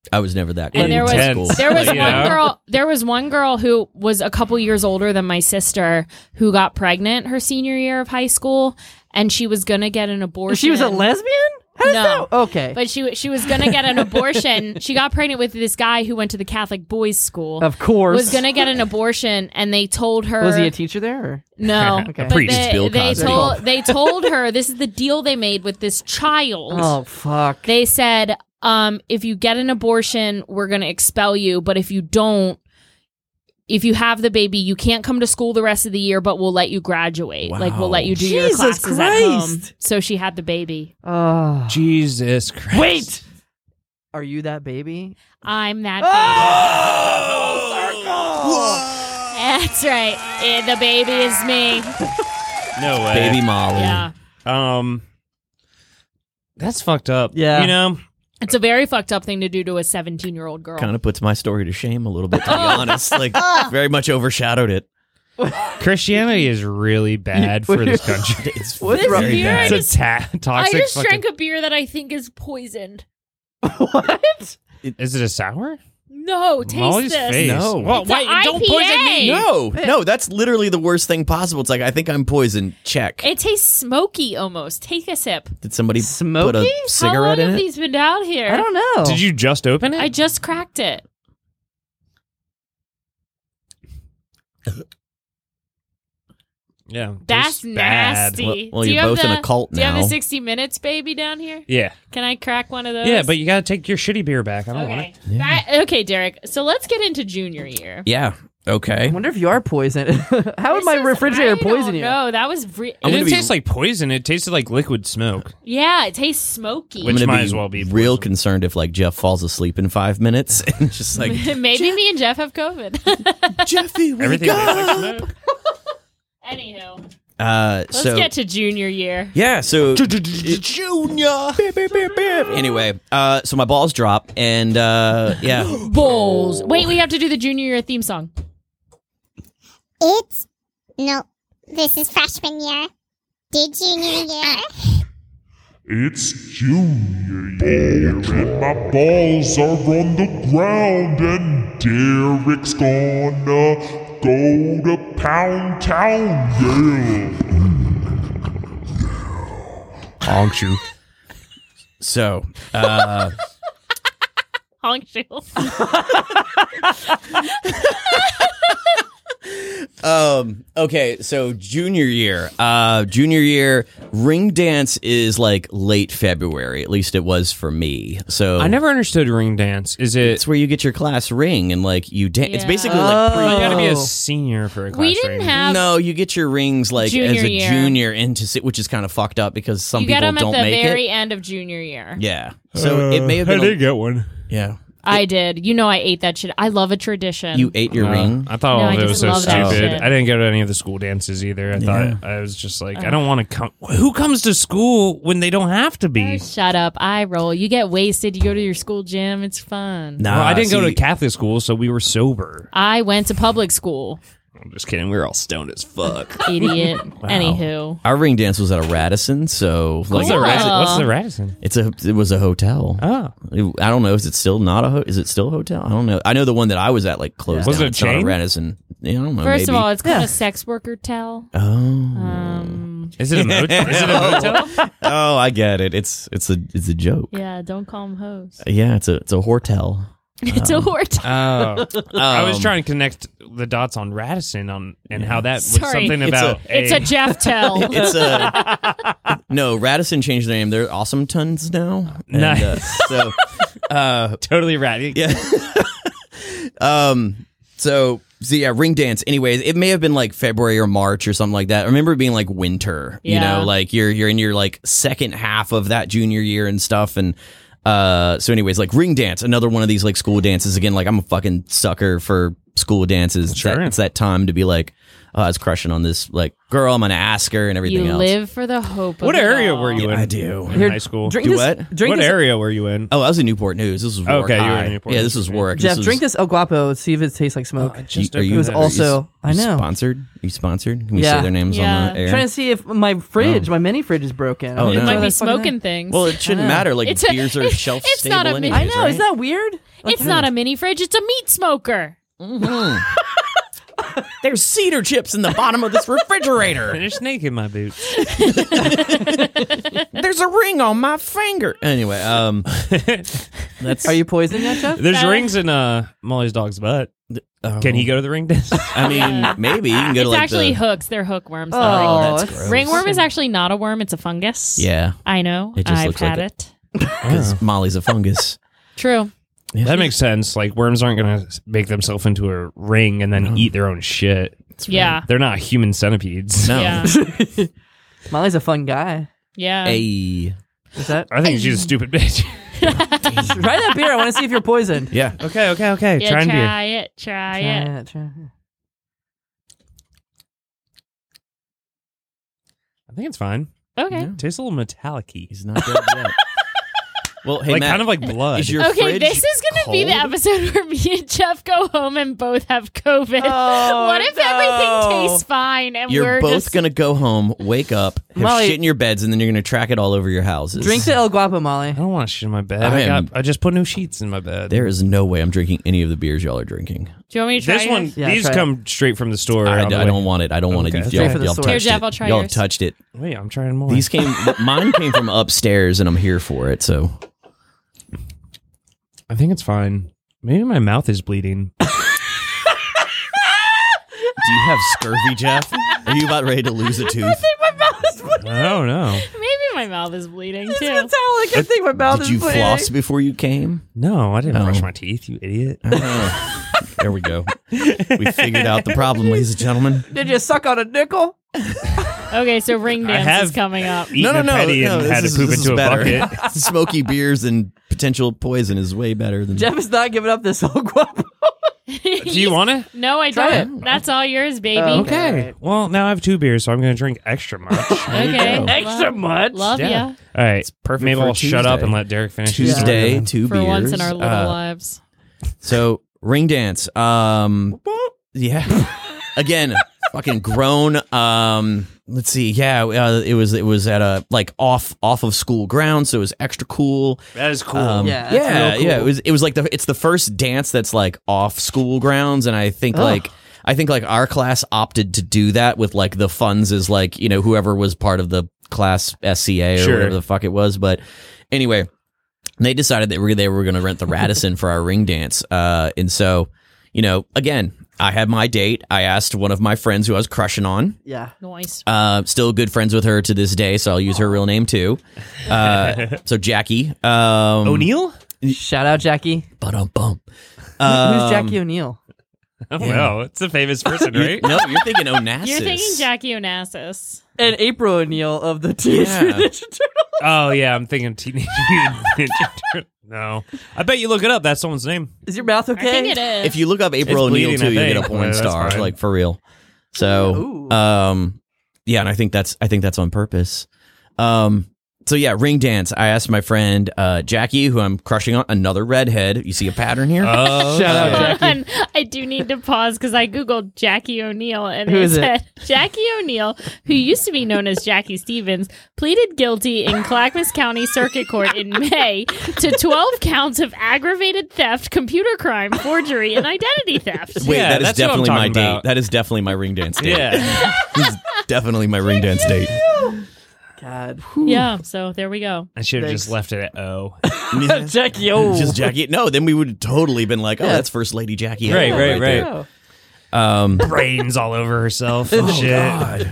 Wow.
i was never that cool
And there
in
was-
high school.
There was
You
one
know?
girl. There was one girl who was a couple years older than my sister who got pregnant her senior year of high school, and she was gonna get an abortion.
She was a lesbian? How does
No.
that? Okay.
but she she was gonna get an abortion. she got pregnant with this guy who went to the Catholic boys' school.
of course.
was gonna get an abortion, and they told her
Was he a teacher there? Or?
no.
Okay.
But
Priest.
they,
Bill
they
Cosby.
told they told her this is the deal they made with this child
Oh fuck.
they said um, if you get an abortion we're going to expel you but if you don't if you have the baby you can't come to school the rest of the year but we'll let you graduate like we'll
Wow.
let you do your
Jesus
classes at home
Christ.
so she had the baby
oh.
Jesus Christ.
Wait. Are you that baby?
i'm that
Ah.
baby
Oh!
that's right Eh, the baby is me
No way.
baby molly
yeah
Um, that's fucked up.
Yeah.
You know,
it's a very fucked up thing to do to a 17 year old girl
kind of puts my story to shame a little bit to be honest like
Ah.
very much overshadowed it
Christianity is really bad for this country.
it's
What's
very
wrong-
This beer, I
bad.
just,
It's a ta-
I
toxic.
just
fucking-
drank a beer that I think is poisoned.
what?
Is it a sour?
No, taste
Molly's
this.
face.
No.
Well,
It's a
wait, don't poison me.
IPA.
No, no, that's literally the worst thing possible. It's like I think I'm poisoned. Check.
It tastes smoky almost. Take a sip.
Did somebody put
Smoky?
a
How long
cigarette
have
in it?
these been out here?
I don't know.
Did you just open it?
I just cracked it.
yeah.
That's
tastes bad.
nasty.
Well- well,
Do you
you're
have
both in
the-
a cult
Do you have
now.
the 60 Minutes baby down here?
Yeah.
Can I crack one of those?
Yeah, but you got to take your shitty beer back. I don't want
okay.
it.
That- okay, Derek. So let's get into junior year.
yeah.
I
Okay.
wonder if you are poisoned. How would
This
my
is-
refrigerator
I
poison
don't
you?
No, that was re-
I'm
It
gonna
didn't
be-
taste like poison. It tasted like liquid smoke.
yeah, it tastes smoky.
Which-
I'm gonna
might
be
as well be
real
poisoned.
concerned if like Jeff falls asleep in five minutes and just like
Maybe me and Jeff have COVID.
Jeffy, wake
Everything tastes
up.
like smoke.
Anywho, let's
Uh, so
get to junior year.
yeah, so Junior. Anyway, uh, so my balls drop and uh, yeah,
Bowls. Wait, we have to do the junior year theme song.
It's no. This is freshman year. Did junior year?
It's junior year, and my balls are on the ground, and Derek's gonna go to Pound Town, yeah.
Honk you.
so uh,
Honk you.
Um. Okay. So junior year. Uh. Junior year. Ring dance is like late February. At least it was for me. So
I never understood ring dance. Is it?
It's where you get your class ring and like you dance. It's
Yeah.
basically like
You got to be a
Oh.
senior for a class
We didn't
ring.
have.
no. You get your rings like as
Junior
a
year.
junior into si- which is kind of fucked up because some
you get
people
them at
don't
the
make
very
it.
end of junior year.
Uh,
Uh,
Yeah. So it may have been. a-
get one.
yeah.
I did. You know, I ate that shit. I love a tradition.
You ate your
Uh,
ring.
I thought
No,
all
I
of it
just
was so
love that
stupid.
shit.
I didn't go to any of the school dances either. I thought I was just like,
Oh.
I don't want to come. Who comes to school when they don't have to
Oh,
be?
shut up. I roll. You get wasted. You go to your school gym. It's fun.
Nah,
Well, I didn't go to
see,
Catholic school, so we were sober.
I went to public school.
I'm just kidding. We were all stoned as fuck.
Idiot. Anywho.
Our ring dance was at a Radisson, so like
What's the
Cool.
Radisson? What's the Radisson?
it's a it was a hotel.
Oh,
I don't know. Is it still not a ho- is it still a hotel? I don't know. I know the one that I was at like closed.
Was
down.
it a
It's not
chain?
Radisson. Yeah, I don't know.
First
maybe.
of all, it's called a sex worker tell.
oh,
Um,
is it a motel? is it a motel?
oh, I get it. It's it's a it's a joke. Yeah,
yeah, don't call them hoes.
it's a it's a hotel.
it's a whore.
Oh, I was
Um,
trying to connect the dots on Radisson on and how that was
Sorry.
something
It's
about
It's a Jeff tell.
It's a no. Radisson changed their name. They're awesome tons now. And, uh,
Nice.
so uh,
totally ratty.
yeah. um. So, so yeah, ring dance. Anyways, it may have been like February or March or something like that. I remember it being like winter. You
Yeah.
know, like you're you're in your like second half of that junior year and stuff. And uh, so anyways, like ring dance, another one of these like school dances. Again, like I'm a fucking sucker for school dances. It's that-
Sure.
it's that time to be like, oh, I was crushing on this like girl. I'm gonna ask her and everything
You
else.
live for the hope.
What
of it
area
all.
were you in?
I do.
in high school.
Drink
Do
this,
what?
Drink
what
this,
area were you in?
Oh, I was in Newport News. This was Warwick
Okay, you were in
High.
Newport
Yeah,
News.
this was Warwick.
Jeff,
this
drink
was,
this El Guapo. See if it tastes like smoke.
just
Are you-
It was
are you s-
also- I
you
know.
Sponsored? You sponsored? Can we
Yeah.
say their names
Yeah.
on the air?
trying to see if my fridge, my mini fridge, is broken.
Oh, no.
I'm gonna
Might
throw
be
that fucking
smoking
in.
things.
well, it shouldn't matter. Like
It's a-
beers are shelf
it's
stable.
not a
anyways,
mini- I
I know.
Right?
Isn't that weird?
It's not a mini fridge. It's a meat smoker.
There's cedar chips in the bottom of this refrigerator.
There's snake in my boots.
There's a ring on my finger. Anyway, um, that's.
Are you poisoned yet, Jeff?
There's rings in uh, Molly's dog's butt.
oh.
Can he go to the ring dance?
I mean, maybe you can go to
It's
like
actually
the.
hooks. They're hookworms.
Oh,
not
that's
that's
gross.
ringworms. Ringworm is actually not a worm. It's a fungus.
Yeah,
I know.
It just
I've
looks
had
like
it.
because Molly's a fungus.
True.
that makes sense. Like worms aren't gonna make themselves into a ring and then eat their own shit.
Yeah.
They're not human centipedes.
No.
Yeah.
Molly's a fun guy.
Yeah.
Hey.
Is that?
I think she's a stupid bitch.
Try that beer. I want to see if you're poisoned.
Yeah.
okay, okay, okay.
yeah,
Try and beer.
try it. Try
Try
it.
it, try it.
I think it's fine.
Okay.
Yeah.
Tastes a little metallic y.
He's not dead yet. well, hey,
like
Matt,
kind of like blood.
is your
okay,
fridge
this is going to be the
cold?
episode where me and Jeff go home and both have COVID.
Oh,
what if
no.
everything tastes fine and
You're
we're
both
just...
gonna go home, wake up, have
Molly-
shit in your beds, and then you're gonna track it all over your houses.
Drink the El Guapo, Molly.
I don't want shit in my bed.
I
I,
am-
got, I just put new sheets in my bed.
There is no way I'm drinking any of the beers y'all are drinking.
Do you want me to try
this one,
yours?
Yeah,
these
try it.
come straight from the store.
I,
on the
I
way-
don't want it. I don't want
Okay.
it.
Straight
Y'all,
for the
y'all
source.
touched
Here, Jeff,
it.
I'll try
y'all
yours.
touched it.
Wait, I'm trying more.
These came. mine came from upstairs, and I'm here for it. So
I think it's fine. Maybe my mouth is bleeding.
Do you have scurvy, Jeff? Are you about ready to lose a tooth?
I don't know.
Maybe my mouth is bleeding
It's gonna
too.
sound like I think my mouth
Did
is
you
bleeding.
floss before you came?
No, I didn't
Oh.
brush my teeth, you idiot.
Oh. there we go. We figured out the problem, ladies and gentlemen.
Did you suck on a nickel?
Okay, so ring
I
dance
have
is coming up.
Eaten a petty and
this
had
is-
to poop
this is
into a
better.
bucket.
Smoky beers and potential poison is way better than
Jeff is not giving up this El Guapo.
Do you want to?
No, I
Try
don't. That's all yours, baby.
Oh,
Okay. Well, now I have two beers, so I'm going to drink extra much. All
Okay.
go.
Extra much.
Love
Yeah.
ya
right.
perfect
Maybe
for
I'll shut up
Tuesday.
and let Derek finish his
Tuesday,
story.
two
for
beers.
once in our little
Uh,
lives.
so ring dance. Um, yeah. Again, fucking grown. Um, let's see. Yeah, uh, it was it was at a like off off of school ground, so it was extra cool.
That is cool.
Um,
Yeah, that's
yeah,
real cool.
yeah. It was it was like the it's the first dance that's like off school grounds, and I think like. I think like our class opted to do that with like the funds is like you know whoever was part of the class SCA or
Sure.
whatever the fuck it was, but anyway, they decided that we- they were going to rent the Radisson for our ring dance, uh, and so you know again I had my date. I asked one of my friends who I was crushing on,
Yeah.
Nice.
uh, still good friends with her to this day, so I'll use her real name too. Uh, so Jackie um,
O'Neill?
Shout out Jackie.
Bum bum. Um,
Who's Jackie O'Neill?
Oh, well, it's a famous person, right?
No, you're thinking Onassis.
You're thinking Jackie Onassis.
And April O'Neil of the Teenage
Yeah.
Mutant Ninja Turtles.
oh, yeah. I'm thinking Teenage Mutant Ninja Turtles. No. I bet you look it up. That's someone's name.
Is your mouth okay?
I think it is.
If you look up April
It's
O'Neil
bleeding,
too,
I
you get a
think.
porn
Yeah, that's
star,
fine.
like for real. So,
Ooh.
um, yeah, and I think that's I think that's on purpose. Um, so yeah, ring dance. I asked my friend uh, Jackie, who I'm crushing on, another redhead. You see a pattern here?
Oh,
Shout out,
okay.
Jack.
Hold on. I do need to pause because I googled Jackie O'Neill and
Who
it
is it?
said Jackie O'Neill, who used to be known as Jackie Stevens, pleaded guilty in Clackamas County Circuit Court in May to 12 counts of aggravated theft, computer crime, forgery, and identity theft.
Wait,
Yeah,
that is
that's what I'm
definitely my
talking
date.
about.
That is definitely my ring dance date.
Yeah.
This is definitely my ring dance date.
God.
Yeah, so there we go.
I should have just
Thanks.
left it at O.
Jackie oh. O.
Just Jackie. No, then we would have totally been like, oh,
Yeah.
that's First Lady Jackie. O
Right, right, right.
there.
Oh.
Um,
Brains all over herself. Oh, shit.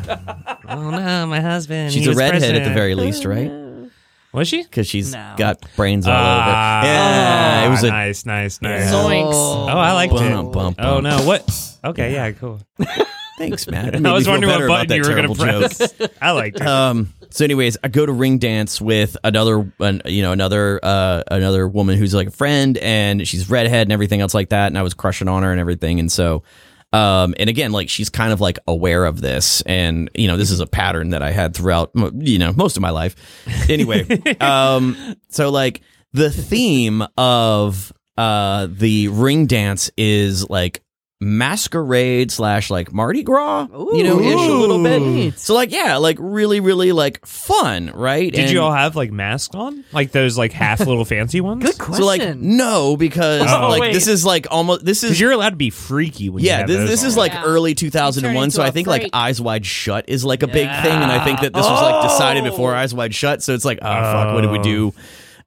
oh, no, my husband.
she's
he
a
was
redhead at the
president.
very least, right?
Was she?
Because she's
No.
got brains all
Ah,
over. Yeah, it was a
nice, nice, nice.
So-
Oh, I liked it.
Bum, bum,
Oh
bum.
no! What? Okay, yeah, cool.
Thanks, Matt. It made
I was
me feel
wondering
better
what
about
button you
that
were
terrible
going to
joke.
press. I liked it.
Um. So, anyways, I go to ring dance with another, an, you know, another, uh, another woman who's like a friend, and she's redhead and everything else like that. And I was crushing on her and everything, and so, um, and again, like she's kind of like aware of this, and you know, this is a pattern that I had throughout, mo- you know, most of my life. Anyway, um, so like the theme of uh the ring dance is like masquerade slash like Mardi Gras, you know, ish a little bit.
Neat.
So like yeah, like really really like fun, right?
Did you all have like masks on? Like those like half little fancy ones?
Good question.
So like no because
Oh,
like
wait.
this is like almost this
Because
is
you're allowed to be freaky when you
yeah,
have
this,
those
this is
on.
like
Yeah.
early 2001, so
into
I
a
think like
freak.
Eyes Wide Shut is like a big thing, and I think that this was like
Oh.
decided before Eyes Wide Shut, so it's like, oh, fuck, what did we do?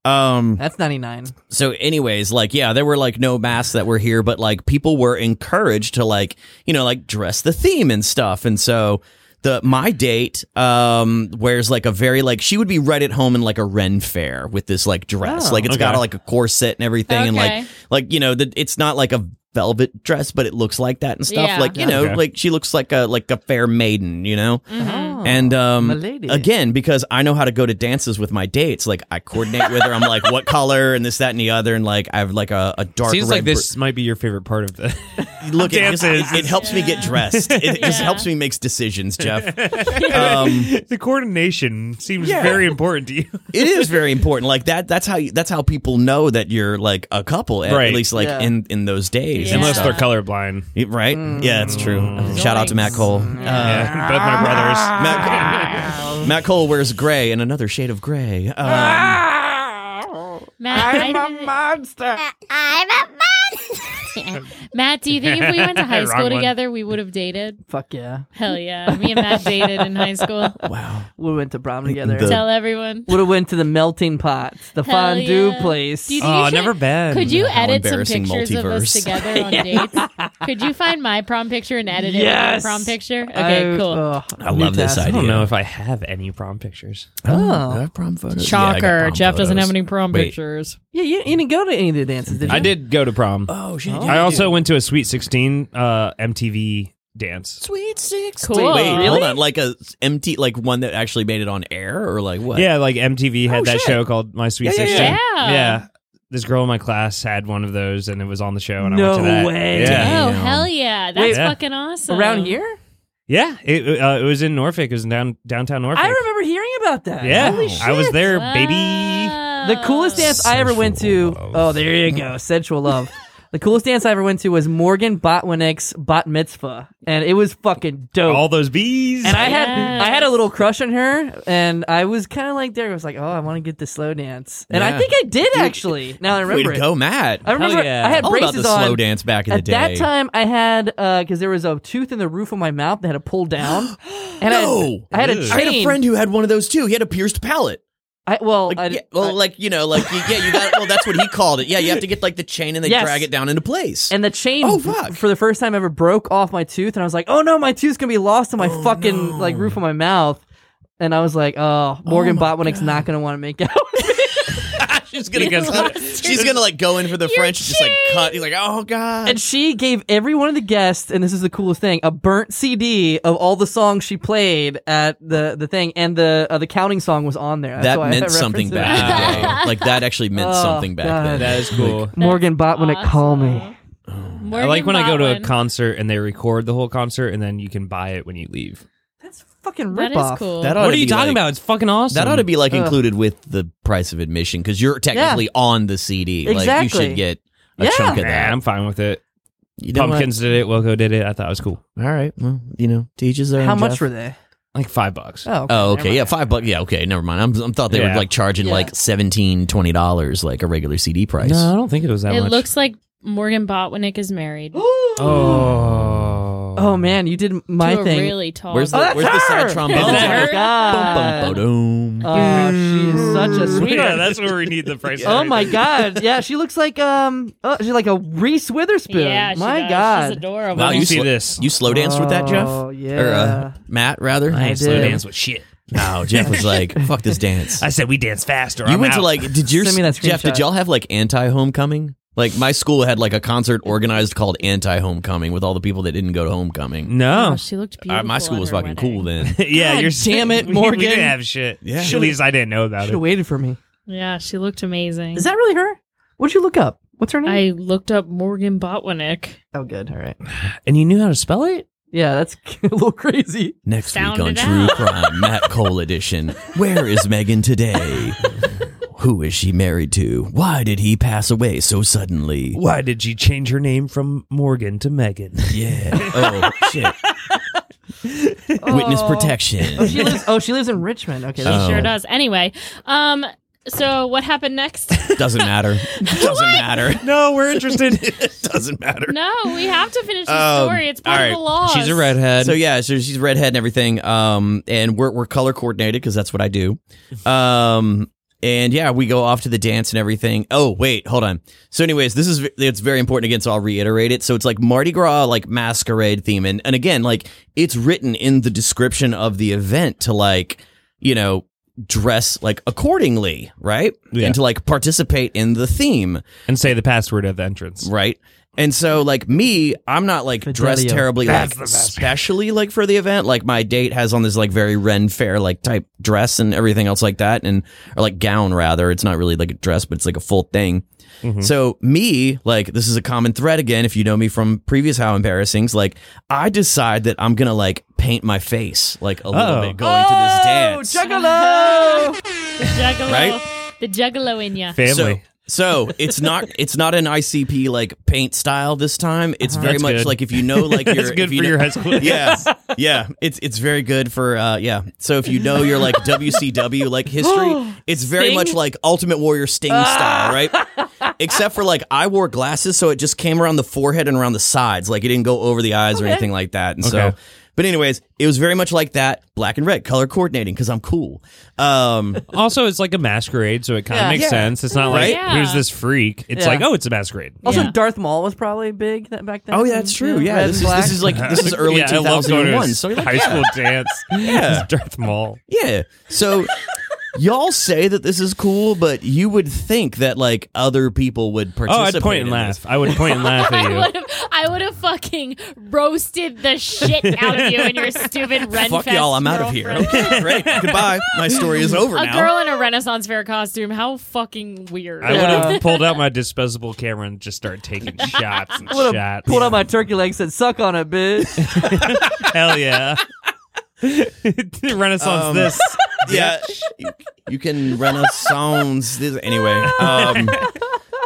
Um,
That's 99.
so anyways like yeah there were like no masks that were here but like people were encouraged to like you know like dress the theme and stuff and so the my date um wears like a very like she would be right at home in like a ren fair with this like dress
Oh,
like it's got
okay.
like a corset and everything and like
Okay.
like you know the, it's not like a velvet dress but it looks like that and stuff
Yeah. Mm-hmm.
like you know
Okay.
like she looks like a like a fair maiden you know
Oh,
and um,
my lady.
again, because I know how to go to dances with my dates. Like I coordinate with her. I'm like, what color and this, that, and the other, and like I have like a, a dark.
Seems
red
like this might be your favorite part of the
br- look. It, just-
dances.
it helps me get dressed. It just
Yeah.
helps me makes decisions, Jeff. Um,
the coordination seems
Yeah.
very important to you.
it is very important. Like that. That's how. You, that's how people know that you're like a couple. At,
Right.
at least like
Yeah.
in in those days.
Yeah.
and
Unless
stuff.
they're colorblind.
right.
Mm.
Yeah, it's true. Shout out to Matt Cole. Uh,
yeah, both my brothers.
Matt, Matt Cole wears gray and another shade of gray.
Ah!
Um,
Matt, I didn't-
I'm a monster.
Matt, do you think if we went to high
Wrong
school
one.
together, we would have dated?
Fuck yeah.
Hell yeah. Me and Matt dated in high school.
wow.
We went to prom together.
The-
Tell everyone.
Would have went to the melting pot, the
Hell
fondue
yeah.
place.
Do you think
Oh,
you should-
never been.
Could you
How
edit some
embarrassing
pictures of us
multiverse.
together on dates? Could you find my prom picture and edit it
Yes!
with your prom picture? Okay,
I-
cool.
oh,
I
new
love this
task.
I
idea.
don't know if I have any prom pictures.
Oh.
I have prom photos. Yeah,
Shocker.
I got prom
Jeff doesn't
photos.
have any prom
Wait.
pictures.
Yeah, you, you didn't go to any of the dances, did you?
I did go to prom.
Oh shit!
I also went to a Sweet 16 uh, MTV dance.
Sweet six.
Cool.
Wait, wait,
Oh, Really?
hold on. Like a empty, like one that actually made it on air, or like what?
Yeah, like MTV had
Oh,
that
shit.
show called My Sweet
Yeah, yeah,
16.
yeah. Yeah.
This girl in my class had one of those and it was on the show and I
No
went to that.
way.
Yeah.
Oh,
Damn.
hell yeah. That's
Wait,
Yeah.
fucking awesome.
Around here?
Yeah, it, uh, it was in Norfolk. It was in down, downtown Norfolk.
I remember hearing about that.
Yeah,
Holy
I was
shit.
there,
Wow.
baby.
The coolest dance I ever went to. Oh, there you go. Sensual love. the coolest dance I ever went to was Morgan Botwinick's Bat Mitzvah, and it was fucking dope.
All those bees.
and I had
Oh, Yes.
I had a little crush on her, and I was kind of like there. I was like, oh, I want to get the slow dance, and I
Yeah.
think I did actually. Now I
Way
remember
to
it.
go, Matt.
I remember
Hell yeah.
I had
All
braces
about the
on.
slow dance back in
At
the day.
that time, I had because there was a tooth in the roof of my mouth that had to pull down, and I-
No.
I, had a
Ugh.
chain.
I had a friend who had one of those too. He had a pierced palate.
I- well,
Like,
I,
yeah, well, like you know, like you, yeah, you got. Well, that's what he called it. Yeah, you have to get like the chain and they
Yes.
drag it down into place.
And the chain
Oh,
f-
fuck.
for the first time ever broke off my tooth, and I was like, "Oh no, my tooth's gonna be lost in my
Oh,
fucking like roof of my
Oh,
mouth." And I was like, "Oh, Morgan Botwinick's not gonna want to make out."
she's gonna go. She's gonna like go in for the French, and just like cut. He's like, oh god.
And she gave every one of the guests, and this is the coolest thing, a burnt CD of all the songs she played at the, the thing, and the uh, the counting song was on there. That's
that
why I
meant
referenced
something
it.
back. in the day. Like that actually meant
Oh,
something back
God.
then.
That is cool.
Morgan bought when it call me.
Awesome.
I like when I go to a
Morgan Botwin.
concert and they record the whole concert and then you can buy it when you leave.
That's fucking
That
rip
is cool.
That ought
What
to
are you
be,
talking
like-
about? It's fucking awesome.
That ought to be like
Ugh.
included with the price of admission because you're technically on the CD. Like you
Exactly.
should get a
Yeah.
chunk of
Nah,
that.
I'm fine with it.
You know what?
Pumpkins did it. Wilco did it. I thought it was cool.
All right. Well, you know, teaches their
How much were they?
Like five bucks.
Oh, okay.
Oh,
never
okay.
mind.
Yeah, five bucks. Yeah, okay. Never mind. I'm, I'm thought they
Yeah.
were like charging
Yeah.
like 17 dollars, like a regular CD price.
No, I don't think it was that
It
much.
looks like Morgan Botwinick is married to
Oh.
Oh man, you did my
a
thing.
really tall.
Where's the
Oh, that's
Where's the
her!
side trombone?
Is that
my
her?
God.
Bum, bum, ba-dum.
Oh, she is such a sweetheart.
Yeah, that's where we need the price.
Oh my god! Yeah, she looks like um, oh, she's like a Reese Witherspoon.
Yeah, she
my
does.
god,
she's adorable.
Wow,
Let me
you
see
sl-
this.
You slow danced with that, Jeff?
Oh yeah.
Or uh, Matt, rather?
I
slow
did.
dance with shit.
No, Jeff was like, fuck this dance.
I said we dance faster.
You
I'm
went to
out.
like did your
Send me that
Jeff? Did
screenshot.
y'all have like anti homecoming? Like my school had like a concert organized called anti homecoming with all the people that didn't go to homecoming.
no.
Oh, she looked
Uh,
beautiful.
my school
at
was
her
fucking
wedding.
cool then.
yeah,
God
you're
damn it,
we-
Morgan.
We didn't have shit.
Yeah.
At least I didn't know about
Should have
it.
waited for me.
Yeah, she looked amazing.
Is that really her? What'd you look up? What's her name?
I looked up Morgan Botwinick.
oh, good. All right.
And you knew how to spell it?
Yeah, that's a little crazy.
Next
Sound
week on
it
True
out.
Crime, Matt Cole edition. Where is Megan today? Who is she married to? Why did he pass away so suddenly?
Why did you change her name from Morgan to Megan?
Yeah. Oh shit. Witness protection.
Oh, she lives. Oh, she lives in Richmond. Okay.
She
that's-
Oh.
sure does. Anyway, um, so what happened next?
Doesn't matter. Doesn't matter.
no, we're interested.
Doesn't matter.
no, we have to finish the
Um,
story. It's part
all
of
right.
the law.
She's a redhead.
So yeah, so she's redhead and everything. Um, and we're we're color coordinated because that's what I do. Um, and yeah, we go off to the dance and everything. Oh wait, hold on. So anyways, this is it's very important again, so I'll reiterate it. So it's like Mardi Gras like masquerade theme, and and again like it's written in the description of the event to like you know dress like accordingly, right?
Yeah.
And to like participate in the theme.
and say the password at the entrance.
Right. And so, like me, I'm not like dressed
Fidelio.
terribly,
That's the
like
best.
especially like for the event. Like my date has on this like very Ren Fair like type dress and everything else like that, and or like gown rather. It's not really like a dress, but it's like a full thing.
Mhm.
So me, like this is a common thread again. If you know me from previous how embarrassings, like I decide that I'm gonna like paint my face like a little
Uh-oh.
bit going to this dance.
Juggalo!
Juggalo.
Right?
The juggalo in ya.
Family.
So, so it's not it's not an ICP like paint style this time. It's very
Uh-huh. That's
much
good.
like if you know like
That's
your
good
if you
for
know-
your high school.
yeah, yeah. It's it's very good for uh yeah. So if you know your like WCW like history, it's very
Sting?
much like Ultimate Warrior Sting style, right? Except for like I wore glasses, so it just came around the forehead and around the sides, like it didn't go over the eyes or anything like that. And
Okay.
so, but anyways, it was very much like that, black and red color coordinating because I'm cool. Um,
Also, it's like a masquerade, so it kind of
Yeah.
makes
Yeah.
sense. It's not like
Right?
Yeah.
who's this freak. It's
Yeah.
like oh, it's a masquerade.
Also,
Yeah.
Darth Maul was probably big that back then.
oh yeah, that's true. Yeah,
red
this
and
is
black.
this is like this is early
yeah, I love going to
2001.
his
So you're like,
high school dance.
Yeah.
It's Darth Maul.
Yeah. So y'all say that this is cool, but you would think that like other people would
Oh,
participate.
I'd point and
in
laugh.
this.
I would point and laugh at
I
you.
would have, I would have fucking roasted the shit out of you and your stupid Ren
Fuck
Fest
y'all, I'm out of here.
girlfriend.
Okay, great. Goodbye. My story is over
A
now.
girl in a Renaissance fair costume. How fucking weird.
I would
Yeah.
have pulled out my disposable camera and just started taking shots and
Would've
shots.
Pulled out my turkey leg, said, "Suck on it, bitch."
Hell yeah. Renaissance
Um,
this.
yeah. You, you can renaissance this anyway. Um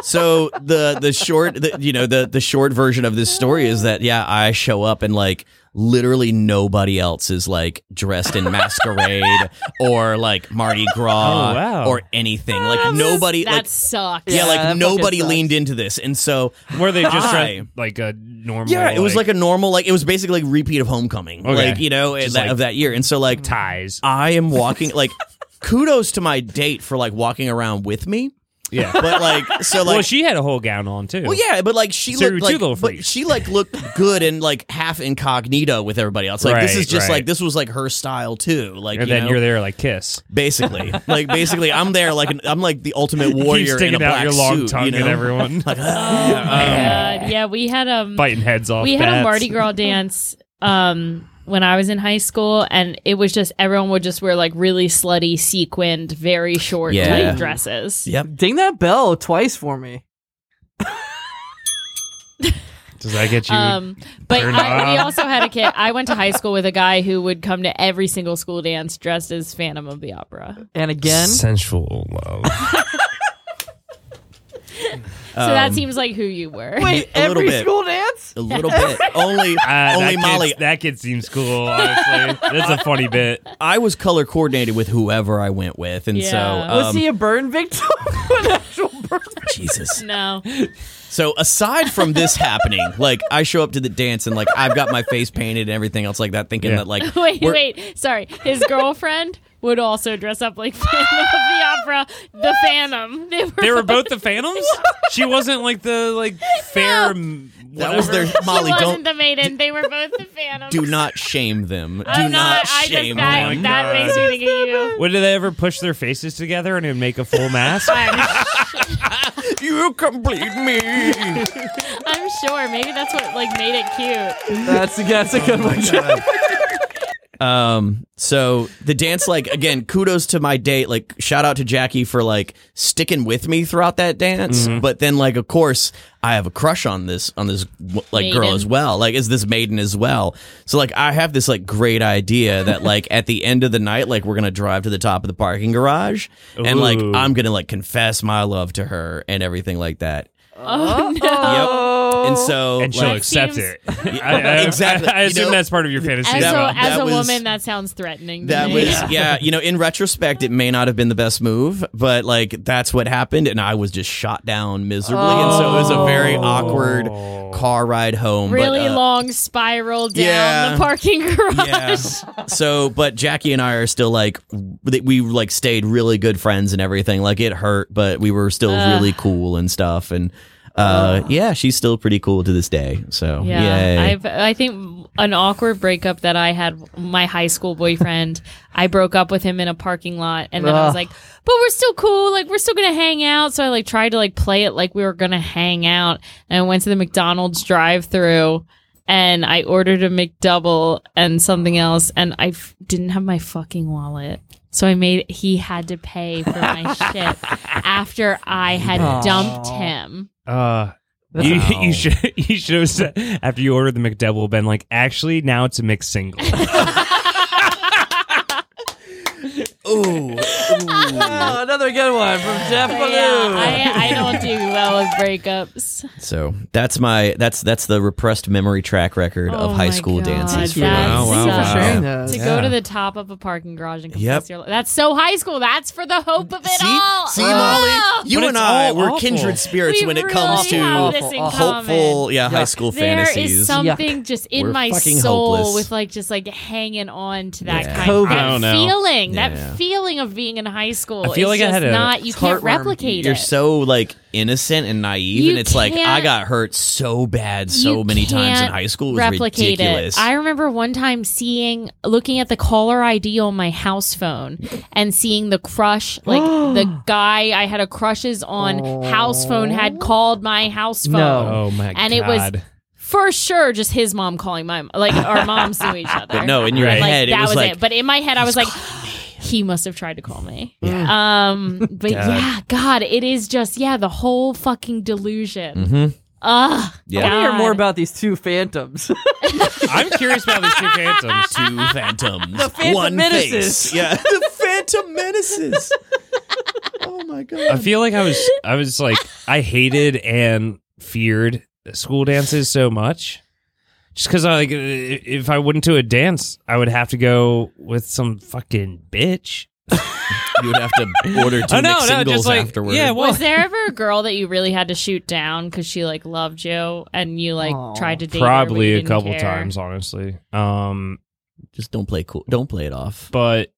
so the the short the, you know the the short version of this story is that yeah i show up and like literally nobody else is like dressed in masquerade or like mardi gras
Oh, wow.
or anything like nobody
that
like
sucks.
yeah,
Yeah, that
like
fucking
nobody
sucks.
leaned into this, and so
Were they just
Hi.
dressed like a normal?
yeah, it was like a normal, like it was basically a repeat of Homecoming,
Okay.
like you know
Just
that,
like-
of that year, and so like
Mm.
ties.
I am walking, like kudos to my date for like walking around with me,
Yeah.
But like, so like,
well, she had a whole gown on too.
Well, yeah, but like she
So you're
looked
two
like,
little
but
freaks.
she like looked good and like half incognito with everybody else. Like this
Right,
is just
right.
like this was like her style too. Like
And
you
then
know,
you're there like kiss.
basically like basically I'm there like an, I'm like the ultimate warrior in a
sticking out
black
your long
suit,
tongue
you know?
at everyone.
like,
Oh
ah, uh,
God, yeah, we had
Mm.
um
biting heads
Oh,
off.
we had a
bats.
Mardi Gras dance um when I was in high school and it was just everyone would just wear like really slutty sequined, very short
Yeah.
tight dresses.
yep.
Ding that bell twice for me.
Does that get you?
Um, but
turned
I, we
on?
also had a kid. I went to high school with a guy who would come to every single school dance dressed as Phantom of the Opera.
And again,
sensual love. Uh,
So
Um,
that seems like who you were.
wait,
a little
every
bit.
school dance?
A little bit. Only
Ah, that
only
kid's-
Molly.
That kid seems cool. Honestly, that's a funny bit.
I was color coordinated with whoever I went with, and so
Yeah.
Was
um,
he a burn victim? An actual burn victim?
Jesus.
No.
So aside from this happening, like I show up to the dance and like I've got my face painted and everything else like that, thinking
Yeah.
that like
Wait,
we're-
wait. Sorry. His girlfriend would also dress up like Phantom of the Opera, the Phantom. They were,
They were both the Phantoms. She wasn't like the like fair. m-
that was their
whatever.
Molly,
Molly. Don't
wasn't the maiden. They were both the Phantom.
Do not shame them. Do
I'm
not
I
shame
just, that,
them.
that
God.
makes me think of you.
What did they ever push their faces together and it'd make a full mask?
I'm,
You complete me.
I'm sure. Maybe that's what like made it cute.
That's, that's a good one.
um. So the dance, like again, kudos to my date. Like shout out to Jackie for like sticking with me throughout that dance.
Mm-hmm.
But then, like, of course, I have a crush on this on this like girl
Maiden.
as well. Like, is this maiden as well? So like, I have this like great idea that like at the end of the night, like we're gonna drive to the top of the parking garage and like
Ooh.
I'm gonna like confess my love to her and everything like that.
Oh, no.
Oh.
And so
And she'll
That
like,
accept
seems-
it. I- I-
Exactly.
I,
You
assume
know,
that's part of your fantasy.
As,
that-
a,
that
as a
was-
woman, that sounds threatening. To
That
me.
was yeah, you know, in retrospect it may not have been the best move, but like that's what happened and I was just shot down miserably and so it was a very awkward car ride home. but,
really
uh,
long spiral down
yeah.
the parking garage.
Yeah. So, but Jackie and I are still like we- we like stayed really good friends and everything. Like it hurt, but we were still
Ugh.
really cool and stuff and uh, yeah, she's still pretty cool to this day. So, yay.
Yeah, I've, I think an awkward breakup that I had my high school boyfriend. I broke up with him in a parking lot, and then I was
Ugh.
like, "But we're still cool. Like we're still gonna hang out." So I like tried to like play it like we were gonna hang out, and I went to the McDonald's drive-through, and I ordered a McDouble and something else, and I f- didn't have my fucking wallet. So I made he had to pay for my shit after I had dumped him.
Uh, you, you should you should have said after you ordered the McDouble, been like, actually, now it's a mixed single.
Ooh.
Oh, another good one from Jeff
But
Ballou.
yeah, I, I don't do well with breakups.
So, that's my that's that's the repressed memory track record of
Oh
high
my
school
God,
dances.
that
Oh, Wow, wow,
sucks.
wow.
sharing that.
To
Yeah.
go to the top of a parking garage and confess
Yep.
your life. That's so high school. That's for the hope of it
See,
all.
see,
Oh!
Molly, you
But
and
it's
I
all
were
awful.
kindred spirits
We
when it
really
comes
have
to
this in
hopeful, yeah, high
Yuck.
school
There
fantasies.
is something just in
We're
my
fucking
soul
hopeless.
with like just like hanging on to that
Yeah.
kind
COVID.
of that
I don't know.
feeling.
Yeah.
That feeling of being in high school.
I feel
is
like I
just
had a-
not. You can't replicate
You're
it.
so like innocent and naive,
You
and it's like
can't-
I got hurt so bad so
You
many times in
can't
high school. It was
replicate
ridiculous.
it. I remember one time seeing, looking at the caller ID on my house phone and seeing the crush, like the guy I had a crushes on house phone had called my house phone.
No.
oh my god!
And it was- For sure, just his mom calling my like our moms knew each other.
but no, in your
Right.
like
head,
that
it was, like
But in my head, I was like, he must have tried to call me. Um, but
God.
yeah, God, it is just yeah, the whole fucking delusion.
Mhm.
Ugh,
Yeah.
I want to hear
God.
more about these two phantoms.
I'm curious about these two phantoms.
two phantoms,
Phantom
one face.
Menaces.
Yeah, the phantom menaces. oh my
I
god!
feel like I was I was like I hated and feared school dances so much. Just because I like, i- if I went to a dance, I would have to go with some fucking bitch.
You would have to order two
Oh, no,
mixed
no,
singles
just like-
afterward.
yeah, well-
Was there ever a girl that you really had to shoot down because she like loved you and you like
Aw.
tried to date her, but
Probably
you
a
didn't
couple
care?
times, honestly. Um,
just don't play cool. Don't play it off.
but